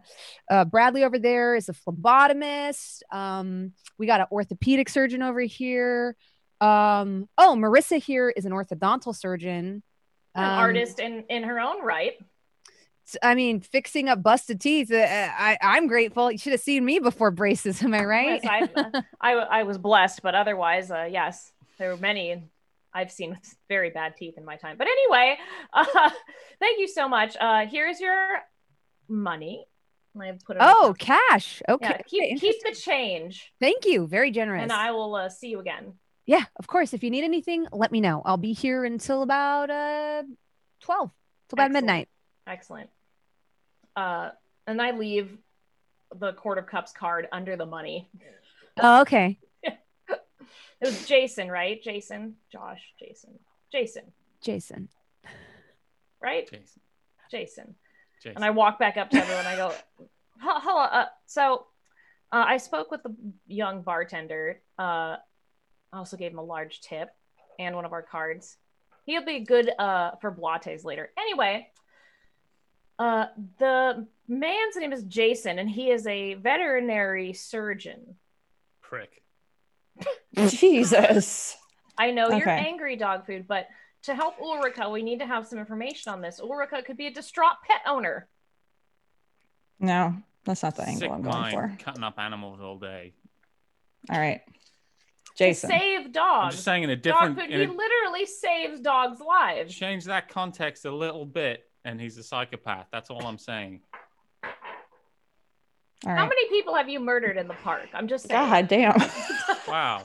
[SPEAKER 2] uh Bradley over there is a phlebotomist. Um, we got an orthopedic surgeon over here. Um, oh, Marissa here is an orthodontal surgeon.
[SPEAKER 3] an
[SPEAKER 2] Um,
[SPEAKER 3] artist in in her own right.
[SPEAKER 2] s- I mean, fixing up busted teeth. uh, I, I'm grateful. You should have seen me before braces. Am I right?
[SPEAKER 3] Yes, I, I I was blessed, but otherwise, uh, yes, there were many. and I've seen very bad teeth in my time. But anyway, uh, thank you so much. Uh, here's your money. And I put it. on
[SPEAKER 2] oh,
[SPEAKER 3] the-
[SPEAKER 2] cash. Okay.
[SPEAKER 3] yeah, keep
[SPEAKER 2] interesting.
[SPEAKER 3] keep the change,
[SPEAKER 2] Thank you. Very generous.
[SPEAKER 3] and I will uh, see you again.
[SPEAKER 2] Yeah, of course. If you need anything, let me know. I'll be here until about uh 12, till about
[SPEAKER 3] Excellent.
[SPEAKER 2] midnight.
[SPEAKER 3] Excellent. Uh, and I leave the Court of Cups card under the money.
[SPEAKER 2] Oh, okay.
[SPEAKER 3] It was Jason, right? Jason, Josh, Jason, Jason,
[SPEAKER 2] Jason.
[SPEAKER 3] right?
[SPEAKER 5] Jason,
[SPEAKER 3] Jason.
[SPEAKER 5] Jason.
[SPEAKER 3] And I walk back up to everyone. I go, "Hel- "Hello." Uh, so, uh, I spoke with the young bartender. Uh, I also gave him a large tip and one of our cards. He'll be good uh, for blattes later. Anyway, uh, the man's name is Jason, and he is a veterinary surgeon.
[SPEAKER 5] prick.
[SPEAKER 4] Jesus.
[SPEAKER 3] I know you're
[SPEAKER 4] Okay.
[SPEAKER 3] angry, dog food, but to help Ulrika, we need to have some information on this. Ulrika could be a distraught pet owner.
[SPEAKER 4] No, that's not the angle
[SPEAKER 5] Sick
[SPEAKER 4] I'm going
[SPEAKER 5] mind,
[SPEAKER 4] for.
[SPEAKER 5] cutting up animals all day.
[SPEAKER 4] All right.
[SPEAKER 3] to
[SPEAKER 4] Jason.
[SPEAKER 3] save
[SPEAKER 5] I'm
[SPEAKER 3] dogs.
[SPEAKER 5] just saying in a
[SPEAKER 3] dog
[SPEAKER 5] different.
[SPEAKER 3] food. He
[SPEAKER 5] in
[SPEAKER 3] literally saves dogs'
[SPEAKER 5] a-
[SPEAKER 3] lives.
[SPEAKER 5] change that context a little bit, and he's a psychopath. That's all I'm saying.
[SPEAKER 4] All
[SPEAKER 3] How
[SPEAKER 4] right.
[SPEAKER 3] many people have you murdered in the park? I'm just saying.
[SPEAKER 4] God damn.
[SPEAKER 5] Wow.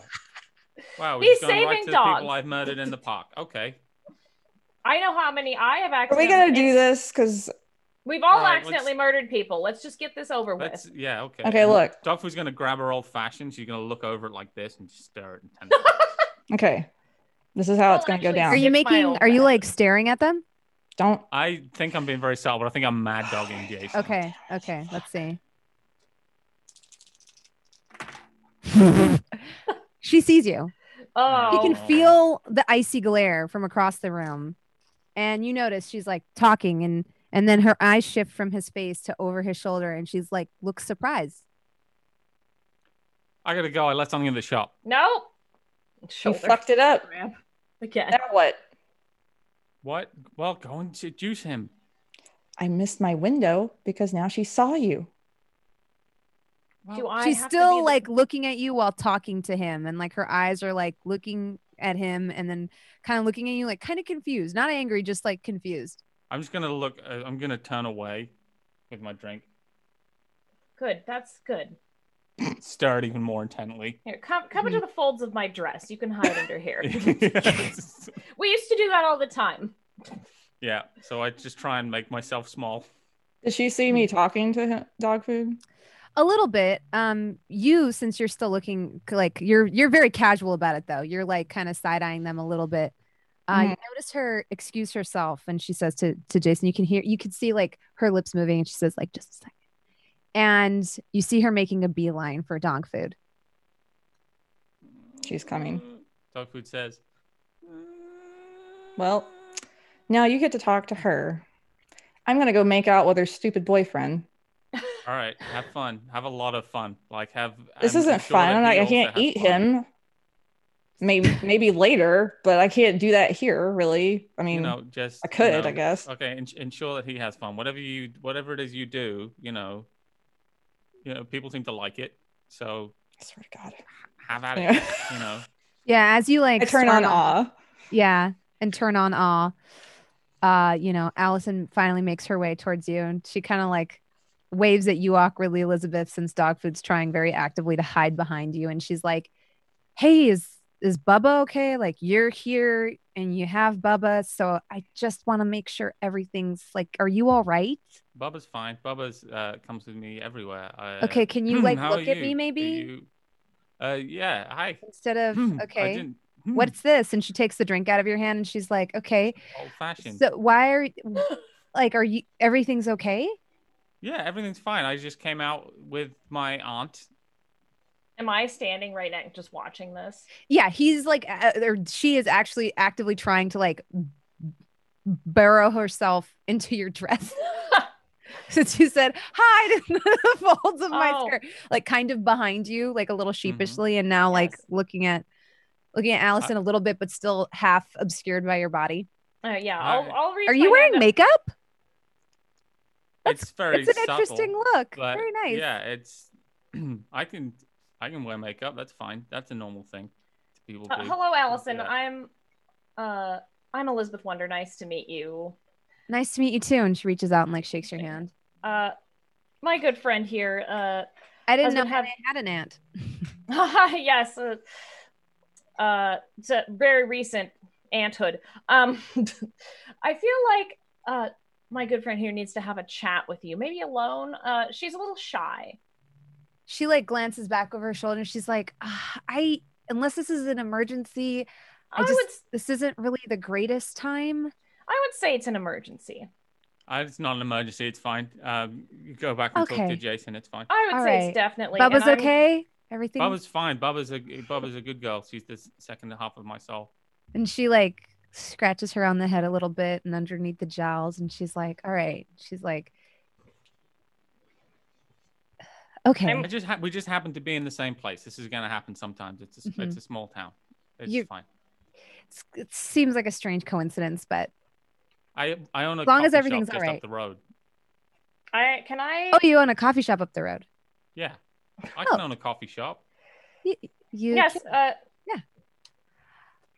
[SPEAKER 5] Wow, we're
[SPEAKER 3] He's
[SPEAKER 5] just going right
[SPEAKER 3] saving
[SPEAKER 5] to the
[SPEAKER 3] dogs.
[SPEAKER 5] people I've murdered in the park. Okay.
[SPEAKER 3] I know how many I have
[SPEAKER 4] Are we
[SPEAKER 3] accidentally.
[SPEAKER 4] gonna do this? Cause
[SPEAKER 3] We've all
[SPEAKER 5] All right,
[SPEAKER 3] accidentally
[SPEAKER 5] let's-
[SPEAKER 3] murdered people. Let's just get this over
[SPEAKER 5] Let's
[SPEAKER 3] with.
[SPEAKER 5] yeah, okay.
[SPEAKER 4] Okay,
[SPEAKER 5] And
[SPEAKER 4] look.
[SPEAKER 5] Dogfood's gonna grab her old fashioned, she's gonna look over it like this and just stare at it intensely.
[SPEAKER 4] okay. This is how
[SPEAKER 3] Well,
[SPEAKER 4] it's gonna go
[SPEAKER 3] actually,
[SPEAKER 4] down.
[SPEAKER 2] Are you
[SPEAKER 3] Six
[SPEAKER 2] making
[SPEAKER 3] miles
[SPEAKER 2] are you
[SPEAKER 3] back.
[SPEAKER 2] like staring at them?
[SPEAKER 4] Don't
[SPEAKER 5] I think I'm being very subtle, but I think I'm mad dogging Jason.
[SPEAKER 2] Okay. Okay. Let's see. she sees you. You
[SPEAKER 3] oh,
[SPEAKER 2] can
[SPEAKER 5] Oh.
[SPEAKER 2] feel the icy glare from across the room. And you notice she's like talking and and then her eyes shift from his face to over his shoulder and she's like looks surprised.
[SPEAKER 5] I gotta go. I left something in the shop.
[SPEAKER 3] no.
[SPEAKER 4] you
[SPEAKER 3] Shoulder
[SPEAKER 4] fucked it up.
[SPEAKER 3] grab again.
[SPEAKER 4] Now what?
[SPEAKER 5] What? Well, go and seduce him.
[SPEAKER 4] I missed my window because now she saw you.
[SPEAKER 3] Do I?
[SPEAKER 2] She's
[SPEAKER 3] have to be
[SPEAKER 2] still
[SPEAKER 3] the-
[SPEAKER 2] like looking at you while talking to him, and like her eyes are like looking at him, and then kind of looking at you, like kind of confused, not angry, just like confused.
[SPEAKER 5] I'm just gonna look. Uh, I'm gonna turn away with my drink.
[SPEAKER 3] Good. That's good.
[SPEAKER 5] Stare it even more intently.
[SPEAKER 3] Here, come
[SPEAKER 5] Hmm.
[SPEAKER 3] come into the folds of my dress. You can hide under here.
[SPEAKER 5] Yes.
[SPEAKER 3] we used to do that all the time.
[SPEAKER 5] yeah. So I just try and make myself small.
[SPEAKER 4] Did she see me
[SPEAKER 5] Mm-hmm.
[SPEAKER 4] talking to him, dog food?
[SPEAKER 2] A little bit. Um, you since you're still looking c- like you're you're very casual about it though. You're like kind of side eyeing them a little bit. Uh,
[SPEAKER 3] Mm-hmm.
[SPEAKER 2] you notice her excuse herself, and she says to to Jason, "You can hear, you can see like her lips moving," and she says, "Like just a second. and you see her making a beeline for dog food.
[SPEAKER 4] She's coming.
[SPEAKER 5] Dog food says.
[SPEAKER 4] Well, now you get to talk to her. I'm gonna go make out with her stupid boyfriend.
[SPEAKER 5] All right. Have fun. Have a lot of fun. Like have.
[SPEAKER 4] This
[SPEAKER 5] I'm
[SPEAKER 4] isn't
[SPEAKER 5] sure that
[SPEAKER 4] fun.
[SPEAKER 5] he
[SPEAKER 4] Like, I
[SPEAKER 5] also
[SPEAKER 4] can't
[SPEAKER 5] has
[SPEAKER 4] eat
[SPEAKER 5] fun.
[SPEAKER 4] him. Maybe maybe later, but I can't do that here. Really, I mean,
[SPEAKER 5] You know, just
[SPEAKER 4] I
[SPEAKER 5] you
[SPEAKER 4] could, I
[SPEAKER 5] know,
[SPEAKER 4] guess.
[SPEAKER 5] Okay, ens- ensure that he has fun. Whatever you, whatever it is you do, you know, you know, people seem to like it. So
[SPEAKER 4] I swear to God.
[SPEAKER 5] have at it.
[SPEAKER 4] Anyway.
[SPEAKER 5] You know,
[SPEAKER 2] Yeah, as you like
[SPEAKER 4] I turn on
[SPEAKER 2] swarm
[SPEAKER 4] awe.
[SPEAKER 2] Yeah, and turn on awe. Uh, you know, Allison finally makes her way towards you and she kind of like waves at you awkwardly, Elizabeth, since dog food's trying very actively to hide behind you. And she's like, Hey, is is Bubba okay? Like you're here and you have Bubba, so I just want to make sure everything's like, are you all right?
[SPEAKER 5] Bubba's fine. Bubba's uh, comes with me everywhere. I, uh,
[SPEAKER 2] Okay, can you like
[SPEAKER 5] how are
[SPEAKER 2] look at
[SPEAKER 5] you?
[SPEAKER 2] me
[SPEAKER 5] Are
[SPEAKER 2] maybe
[SPEAKER 5] you- Uh, yeah. Hi.
[SPEAKER 2] instead of
[SPEAKER 5] Hmm, I
[SPEAKER 2] okay?
[SPEAKER 5] didn't- hmm,
[SPEAKER 2] What's this? And she takes the drink out of your hand and she's like, Okay,
[SPEAKER 5] old fashioned?
[SPEAKER 2] So why are like are you everything's okay?
[SPEAKER 5] yeah, everything's fine. I just came out with my aunt.
[SPEAKER 3] Am I standing right now just watching this?
[SPEAKER 2] Yeah, he's like uh, or she is actually actively trying to like b- burrow herself into your dress. Since you said hide in the folds of my
[SPEAKER 3] Oh.
[SPEAKER 2] skirt, like kind of behind you, like a little sheepishly, and now like
[SPEAKER 3] Yes.
[SPEAKER 2] looking at looking at Allison a little bit, but still half obscured by your body.
[SPEAKER 3] Uh, yeah, I'll,
[SPEAKER 5] Alright.
[SPEAKER 3] I'll reach.
[SPEAKER 2] Are
[SPEAKER 3] my
[SPEAKER 2] you
[SPEAKER 3] hand
[SPEAKER 2] wearing
[SPEAKER 3] up-
[SPEAKER 2] makeup?
[SPEAKER 5] It's very
[SPEAKER 2] it's an
[SPEAKER 5] subtle,
[SPEAKER 2] interesting look.
[SPEAKER 5] but
[SPEAKER 2] Very nice.
[SPEAKER 5] Yeah, it's. I can I can wear makeup. That's fine. That's a normal thing. People
[SPEAKER 3] Uh,
[SPEAKER 5] do.
[SPEAKER 3] hello, Allison.
[SPEAKER 5] that.
[SPEAKER 3] I'm, uh, I'm Elizabeth Wonder. Nice to meet you.
[SPEAKER 2] Nice to meet you too. And she reaches out and like shakes your hand.
[SPEAKER 3] Uh, my good friend here. Uh,
[SPEAKER 2] I didn't know that
[SPEAKER 3] Husband had-
[SPEAKER 2] I had an aunt.
[SPEAKER 3] yes. Uh, uh, it's a very recent anthood. Um, I feel like uh, my good friend here needs to have a chat with you, maybe alone. Uh, she's a little shy.
[SPEAKER 2] she like glances back over her shoulder and she's like "Ah, i unless this is an emergency
[SPEAKER 3] I,
[SPEAKER 2] I just-
[SPEAKER 3] would,
[SPEAKER 2] this isn't really the greatest time
[SPEAKER 3] I would say it's an emergency.
[SPEAKER 5] Uh, it's not an emergency. It's fine. Um, you go back and talk
[SPEAKER 2] Okay.
[SPEAKER 5] to Jason. It's fine.
[SPEAKER 3] I would
[SPEAKER 2] All
[SPEAKER 3] say
[SPEAKER 2] right.
[SPEAKER 3] it's definitely. and
[SPEAKER 2] bubba's
[SPEAKER 3] I'm-
[SPEAKER 2] okay everything
[SPEAKER 5] Bubba's fine. Bubba's a Bubba's a good girl. She's the s- second half of my soul.
[SPEAKER 2] and she like scratches her on the head a little bit and underneath the jowls and she's like all right she's like okay
[SPEAKER 5] I just ha- we just happen to be in the same place. This is going to happen sometimes. It's a, s- it's a small town. It's
[SPEAKER 2] Mm-hmm. You-
[SPEAKER 5] fine.
[SPEAKER 2] it's- it seems like a strange coincidence but
[SPEAKER 5] I I own a
[SPEAKER 2] As long as
[SPEAKER 5] coffee shop
[SPEAKER 2] everything's
[SPEAKER 5] just
[SPEAKER 2] alright.
[SPEAKER 5] up the road.
[SPEAKER 3] I can I.
[SPEAKER 2] oh you own a coffee shop up the road
[SPEAKER 5] Yeah, I
[SPEAKER 2] Oh.
[SPEAKER 5] can own a coffee shop.
[SPEAKER 2] you
[SPEAKER 3] yes. Uh,
[SPEAKER 2] Yeah.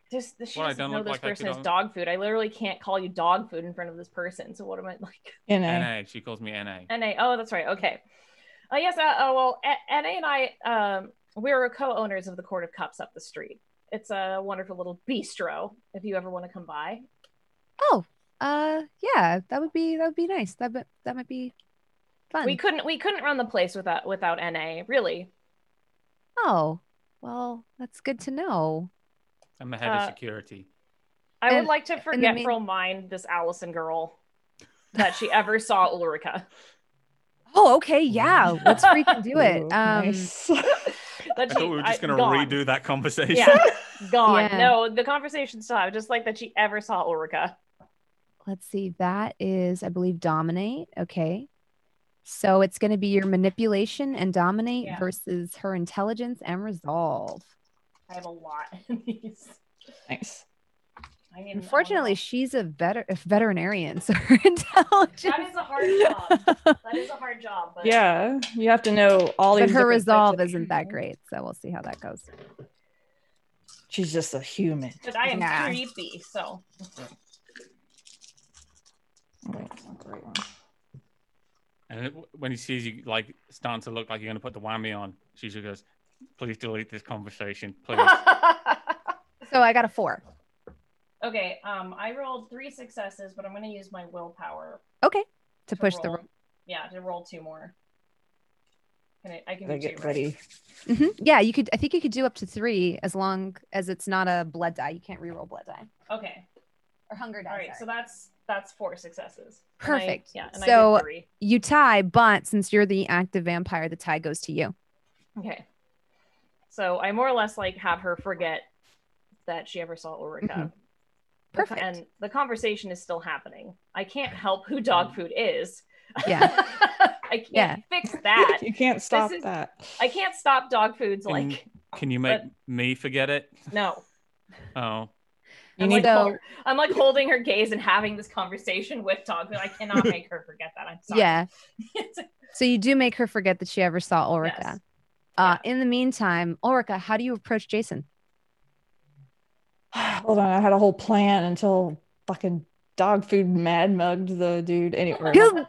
[SPEAKER 3] Just she
[SPEAKER 5] What, I
[SPEAKER 3] doesn't
[SPEAKER 5] don't
[SPEAKER 3] know
[SPEAKER 5] look
[SPEAKER 3] this
[SPEAKER 5] like I
[SPEAKER 3] person
[SPEAKER 5] could
[SPEAKER 3] as
[SPEAKER 5] own-
[SPEAKER 3] dog food. I literally can't call you dog food in front of this person. So what am I like?
[SPEAKER 4] You know,
[SPEAKER 5] Na, she calls me Na.
[SPEAKER 3] Na. Oh, that's right. Okay. Uh, yes. Uh, oh well. A- Na and I, um, we're co-owners of the Court of Cups up the street. It's a wonderful little bistro. If you ever want to come by,
[SPEAKER 2] uh yeah that would be that would be nice that but that might be fun
[SPEAKER 3] we couldn't we couldn't run the place without without Na. Really.
[SPEAKER 2] Oh, well, that's good to know.
[SPEAKER 5] I'm the head
[SPEAKER 3] Uh,
[SPEAKER 5] of security.
[SPEAKER 3] I
[SPEAKER 2] And-
[SPEAKER 3] would like to forget
[SPEAKER 2] mean-
[SPEAKER 3] for a mind this Allison girl that she ever saw Ulrica.
[SPEAKER 2] Oh, okay, yeah. Let's freaking do it.
[SPEAKER 4] ooh,
[SPEAKER 2] Um,
[SPEAKER 4] nice.
[SPEAKER 3] That
[SPEAKER 5] I
[SPEAKER 3] she-
[SPEAKER 5] thought we were just
[SPEAKER 3] I-
[SPEAKER 5] going to
[SPEAKER 3] gone.
[SPEAKER 5] redo that conversation.
[SPEAKER 3] Yeah, gone.
[SPEAKER 2] Yeah.
[SPEAKER 3] No, the conversation still have just like that she ever saw Ulrica.
[SPEAKER 2] let's see. That is, I believe, dominate. Okay. So it's going to be your manipulation and dominate
[SPEAKER 3] Yeah.
[SPEAKER 2] versus her intelligence and resolve.
[SPEAKER 3] I have a lot in these.
[SPEAKER 4] nice.
[SPEAKER 3] I um, need an
[SPEAKER 2] Unfortunately,
[SPEAKER 3] hour.
[SPEAKER 2] she's a veter- a veterinarian, so her intelligence.
[SPEAKER 3] that is a hard job. that is a hard job. But
[SPEAKER 4] Yeah, you have to know all
[SPEAKER 2] but
[SPEAKER 4] these.
[SPEAKER 2] her
[SPEAKER 4] different types
[SPEAKER 2] resolve
[SPEAKER 4] of
[SPEAKER 2] isn't that
[SPEAKER 4] animals.
[SPEAKER 2] great, so we'll see how that goes.
[SPEAKER 4] She's just a human.
[SPEAKER 3] but I am
[SPEAKER 2] Yeah.
[SPEAKER 3] creepy, so
[SPEAKER 4] Oh, wait, that's not the right one.
[SPEAKER 5] And it, when he sees you like starting to look like you're going to put the whammy on, she just goes, "Please delete this conversation, please."
[SPEAKER 2] So I got a four.
[SPEAKER 3] okay. Um, I rolled three successes, but I'm going to use my willpower
[SPEAKER 2] Okay, to push the.
[SPEAKER 3] roll. Yeah, to roll two more. Can I, I can
[SPEAKER 4] Gotta
[SPEAKER 3] do two,
[SPEAKER 4] get
[SPEAKER 3] right?
[SPEAKER 4] ready.
[SPEAKER 2] Mhm. Yeah, you could. I think you could do up to three as long as it's not a blood die. You can't reroll blood die
[SPEAKER 3] Okay.
[SPEAKER 2] or hunger die.
[SPEAKER 3] All right.
[SPEAKER 2] sorry.
[SPEAKER 3] So that's that's four successes. And I-
[SPEAKER 2] Perfect.
[SPEAKER 3] yeah. And I
[SPEAKER 2] So-
[SPEAKER 3] did three.
[SPEAKER 2] you tie, but since you're the active vampire, the tie goes to you.
[SPEAKER 3] Okay. So I more or less like have her forget that she ever saw Ulrika.
[SPEAKER 2] Mhm.
[SPEAKER 3] The co-
[SPEAKER 2] Perfect.
[SPEAKER 3] And the conversation is still happening. I can't help who dog food is.
[SPEAKER 2] Yeah.
[SPEAKER 3] I can't
[SPEAKER 2] Yeah.
[SPEAKER 3] fix that.
[SPEAKER 4] you can't stop
[SPEAKER 3] is-
[SPEAKER 4] that.
[SPEAKER 3] I can't stop dog foods
[SPEAKER 5] Can-
[SPEAKER 3] like
[SPEAKER 5] Can you make me forget it?
[SPEAKER 3] no.
[SPEAKER 5] Oh,
[SPEAKER 4] You
[SPEAKER 3] I'm
[SPEAKER 4] need
[SPEAKER 3] like,
[SPEAKER 2] to-
[SPEAKER 3] hol- I'm like holding her gaze and having this conversation with dog food. I cannot make her forget that. I'm sorry.
[SPEAKER 2] Yeah. So you do make her forget that she ever saw Ulrika.
[SPEAKER 3] Yes.
[SPEAKER 2] Uh, In the meantime, Ulrika, how do you approach Jason?
[SPEAKER 4] Hold on, I had a whole plan until fucking dog food mad mugged the dude. Anyway,
[SPEAKER 2] You-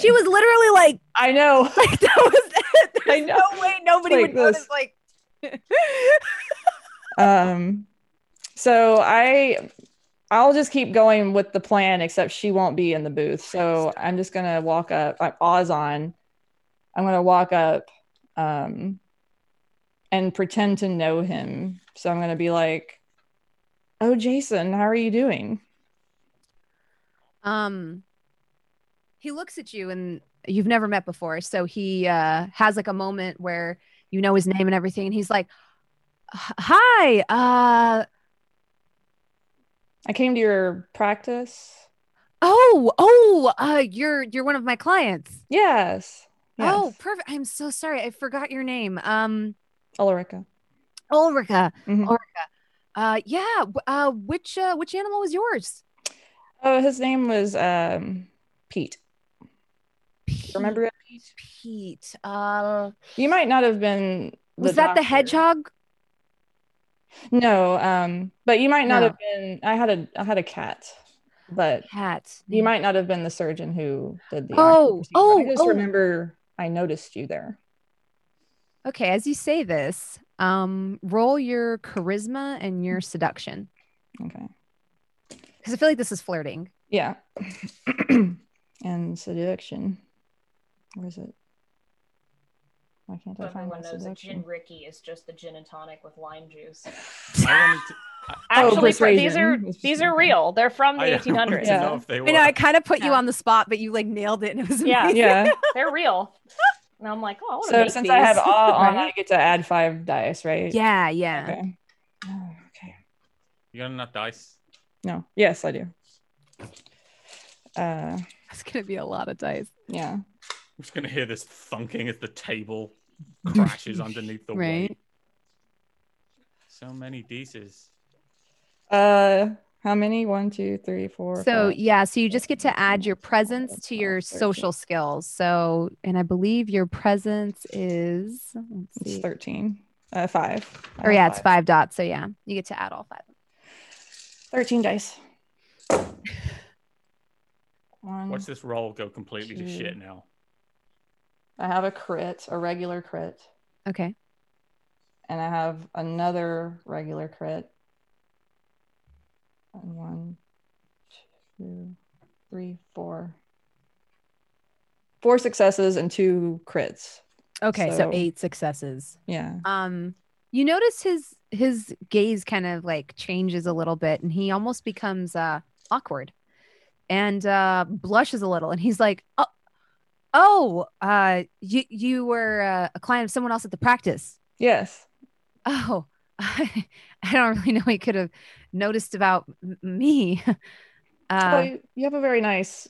[SPEAKER 2] she was literally like,
[SPEAKER 4] I know.
[SPEAKER 2] like that was it.
[SPEAKER 4] I know.
[SPEAKER 2] No way, nobody
[SPEAKER 4] Like
[SPEAKER 2] would notice.
[SPEAKER 4] this.
[SPEAKER 2] Like,
[SPEAKER 4] Um, so I, I'll just keep going with the plan, except she won't be in the booth. So I'm just gonna walk up. I'm Oz on. I'm gonna walk up, um, and pretend to know him. So I'm gonna be like, "Oh, Jason, how are you doing?"
[SPEAKER 2] um, he looks at you and you've never met before, so he uh, has like a moment where you know his name and everything, and he's like, "Hi, uh,
[SPEAKER 4] I came to your practice.
[SPEAKER 2] oh, oh, uh, you're you're one of my clients.
[SPEAKER 4] Yes. yes.
[SPEAKER 2] Oh, perfect. I'm so sorry, I forgot your name. Um,
[SPEAKER 4] Ulrica.
[SPEAKER 2] Ulrika.
[SPEAKER 4] Mhm.
[SPEAKER 2] Uh, yeah. w- Uh, which uh, which animal was yours?
[SPEAKER 4] Oh, his name was um Pete.
[SPEAKER 2] Pete.
[SPEAKER 4] Remember it?
[SPEAKER 2] Pete. Uh,
[SPEAKER 4] You might not have been.
[SPEAKER 2] was that the
[SPEAKER 4] doctor.
[SPEAKER 2] hedgehog?
[SPEAKER 4] No, um, but you might not
[SPEAKER 2] No.
[SPEAKER 4] have been. I had a I had a cat, but
[SPEAKER 2] Cat.
[SPEAKER 4] you might not have been the surgeon who did the. actual
[SPEAKER 2] Mm. Oh, oh,
[SPEAKER 4] procedure. I just
[SPEAKER 2] oh.
[SPEAKER 4] remember I noticed you there.
[SPEAKER 2] Okay, as you say this, um, roll your charisma and your seduction
[SPEAKER 4] Okay.
[SPEAKER 2] because I feel like this is flirting.
[SPEAKER 4] Yeah. and seduction. Where is it? Why can't
[SPEAKER 3] So
[SPEAKER 4] I find my
[SPEAKER 3] Everyone knows that
[SPEAKER 4] seduction?
[SPEAKER 3] Gin Ricky is just a gin and tonic with lime juice.
[SPEAKER 5] Oh, I wanted to,
[SPEAKER 3] Actually, for- these
[SPEAKER 4] persuasion.
[SPEAKER 3] are
[SPEAKER 4] It's just
[SPEAKER 3] these are
[SPEAKER 4] like-
[SPEAKER 3] real. They're from the
[SPEAKER 5] I wanted
[SPEAKER 3] 1800s.
[SPEAKER 5] to
[SPEAKER 4] Yeah.
[SPEAKER 5] know if they were.
[SPEAKER 2] I know I kind of put you
[SPEAKER 3] Yeah.
[SPEAKER 2] on the spot, but you like nailed it, and it was
[SPEAKER 3] Yeah.
[SPEAKER 2] amazing.
[SPEAKER 4] Yeah.
[SPEAKER 3] They're real. And I'm like, oh, I want to
[SPEAKER 4] So
[SPEAKER 3] make
[SPEAKER 4] since
[SPEAKER 3] these.
[SPEAKER 4] I have awe on,
[SPEAKER 2] Right?
[SPEAKER 4] I get to add five dice, right?
[SPEAKER 2] yeah, yeah.
[SPEAKER 4] Okay. Oh, okay.
[SPEAKER 5] You got enough dice.
[SPEAKER 4] No. Yes, I do. Uh,
[SPEAKER 2] It's gonna be a lot of dice,
[SPEAKER 4] yeah.
[SPEAKER 5] I'm just gonna hear this thunking as the table crashes underneath the
[SPEAKER 2] right?
[SPEAKER 5] weight. So many D's.
[SPEAKER 4] Uh, how many? One, two, three, four.
[SPEAKER 2] So
[SPEAKER 4] five,
[SPEAKER 2] yeah, so you
[SPEAKER 4] six,
[SPEAKER 2] just get to add your
[SPEAKER 4] seven, eight,
[SPEAKER 2] presence
[SPEAKER 4] nine,
[SPEAKER 2] to
[SPEAKER 4] ten,
[SPEAKER 2] your
[SPEAKER 4] 13.
[SPEAKER 2] social skills. So, and I believe your presence is, let's
[SPEAKER 4] It's
[SPEAKER 2] see,
[SPEAKER 4] thirteen. Uh, five. I
[SPEAKER 2] or
[SPEAKER 4] have
[SPEAKER 2] yeah, it's five dots. So yeah, you get to add all five.
[SPEAKER 4] Thirteen dice. One.
[SPEAKER 5] Watch this roll go completely to
[SPEAKER 4] Two.
[SPEAKER 5] shit now.
[SPEAKER 4] I have a crit, a regular crit,
[SPEAKER 2] Okay.
[SPEAKER 4] and I have another regular crit. And one, two, three, four. Four successes and two crits.
[SPEAKER 2] Okay. so
[SPEAKER 4] So-
[SPEAKER 2] eight successes.
[SPEAKER 4] Yeah.
[SPEAKER 2] um you notice his his gaze kind of like changes a little bit and he almost becomes uh awkward and uh blushes a little and he's like oh oh uh you you were uh, a client of someone else at the practice
[SPEAKER 4] Yes.
[SPEAKER 2] oh i don't really know he could have noticed about m- me
[SPEAKER 4] Well,
[SPEAKER 2] uh,
[SPEAKER 4] Oh, you, you have a very nice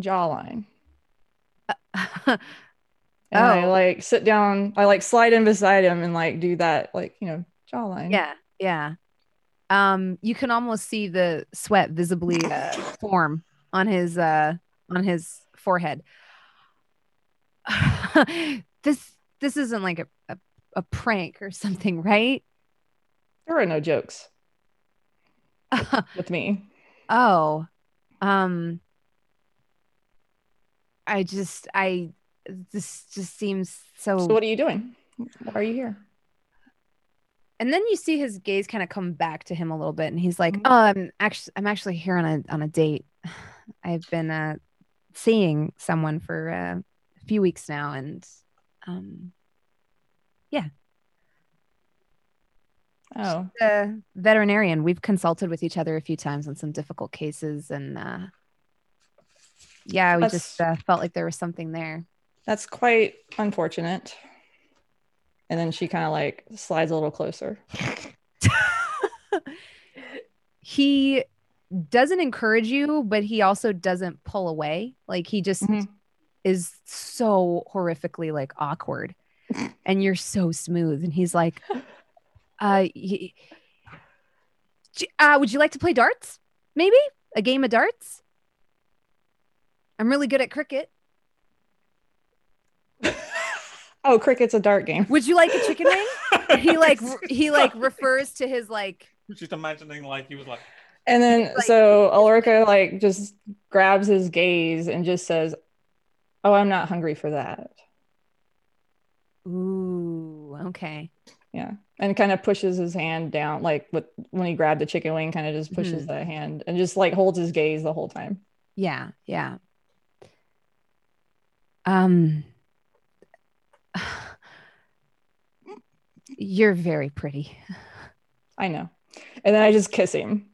[SPEAKER 4] jawline.
[SPEAKER 2] Uh,
[SPEAKER 4] And I
[SPEAKER 2] Oh.
[SPEAKER 4] like sit down, I like slide in beside him and like do that, like, you know, jawline.
[SPEAKER 2] yeah yeah um, you can almost see the sweat visibly uh, form on his uh, on his forehead. this this isn't like a, a a prank or something, right?
[SPEAKER 4] There are no jokes with me.
[SPEAKER 2] oh, um, I just I this just seems
[SPEAKER 4] So what are you doing? Why are you here?
[SPEAKER 2] and then you see his gaze kind of come back to him a little bit and he's like
[SPEAKER 4] Mhm.
[SPEAKER 2] oh i'm actually i'm actually here on a on a date i've been uh seeing someone for uh, a few weeks now and um
[SPEAKER 4] Oh,
[SPEAKER 2] the veterinarian we've consulted with each other a few times on some difficult cases and uh yeah we
[SPEAKER 4] That's-
[SPEAKER 2] just uh, felt like there was something there
[SPEAKER 4] that's quite unfortunate. And then she kind of like slides a little closer.
[SPEAKER 2] he doesn't encourage you but he also doesn't pull away like he just
[SPEAKER 4] Mhm.
[SPEAKER 2] is so horrifically like awkward and you're so smooth and he's like uh, y- J- uh would you like to play darts maybe a game of darts i'm really good at cricket
[SPEAKER 4] oh, cricket's a dart game.
[SPEAKER 2] would you like a chicken wing he like r- he like refers to his like
[SPEAKER 5] Just imagining like he was like,
[SPEAKER 4] And then
[SPEAKER 2] Like-
[SPEAKER 4] so Ulrika like just grabs his gaze and just says, "Oh, I'm not hungry for that."
[SPEAKER 2] ooh okay
[SPEAKER 4] Yeah. And kind of pushes his hand down like with when he grabbed the chicken wing kind of just pushes the hand and just like holds his gaze the whole time.
[SPEAKER 2] yeah yeah um you're very pretty
[SPEAKER 4] I know. And then I just kiss him.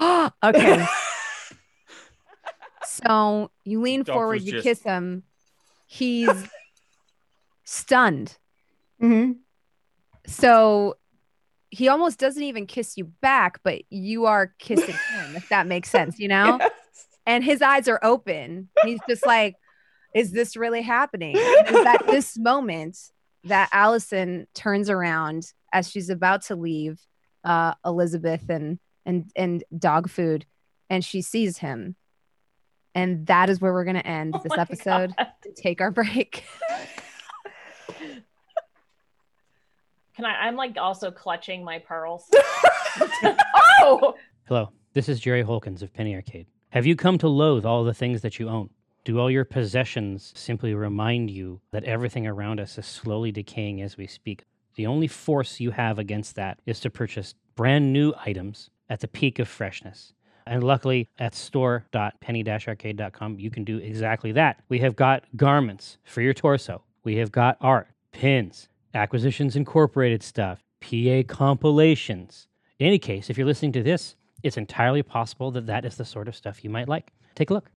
[SPEAKER 2] okay So you lean
[SPEAKER 5] Dog
[SPEAKER 2] forward,
[SPEAKER 5] was
[SPEAKER 2] you
[SPEAKER 5] just-
[SPEAKER 2] kiss him. He's stunned.
[SPEAKER 4] Mhm.
[SPEAKER 2] So he almost doesn't even kiss you back, but you are kissing him, if that makes sense, you know?
[SPEAKER 4] Yes.
[SPEAKER 2] And his eyes are open. He's just like, is this really happening? And it's at this moment that Allison turns around as she's about to leave uh, Elizabeth and and and dog food, and she sees him. And that is where we're gonna end
[SPEAKER 3] Oh
[SPEAKER 2] this
[SPEAKER 3] my
[SPEAKER 2] episode
[SPEAKER 3] God.
[SPEAKER 2] to take our break.
[SPEAKER 3] Can I? I'm like also clutching my pearls. oh,
[SPEAKER 1] Hello, this is Jerry Holkins of Penny Arcade. Have you come to loathe all the things that you own? Do all your possessions simply remind you that everything around us is slowly decaying as we speak? The only force you have against that is to purchase brand new items at the peak of freshness. And luckily, at store.penny arcade.com, you can do exactly that. We have got garments for your torso, we have got art, pins, Acquisitions Incorporated stuff, PA compilations. In any case, if you're listening to this, it's entirely possible that that is the sort of stuff you might like. Take a look.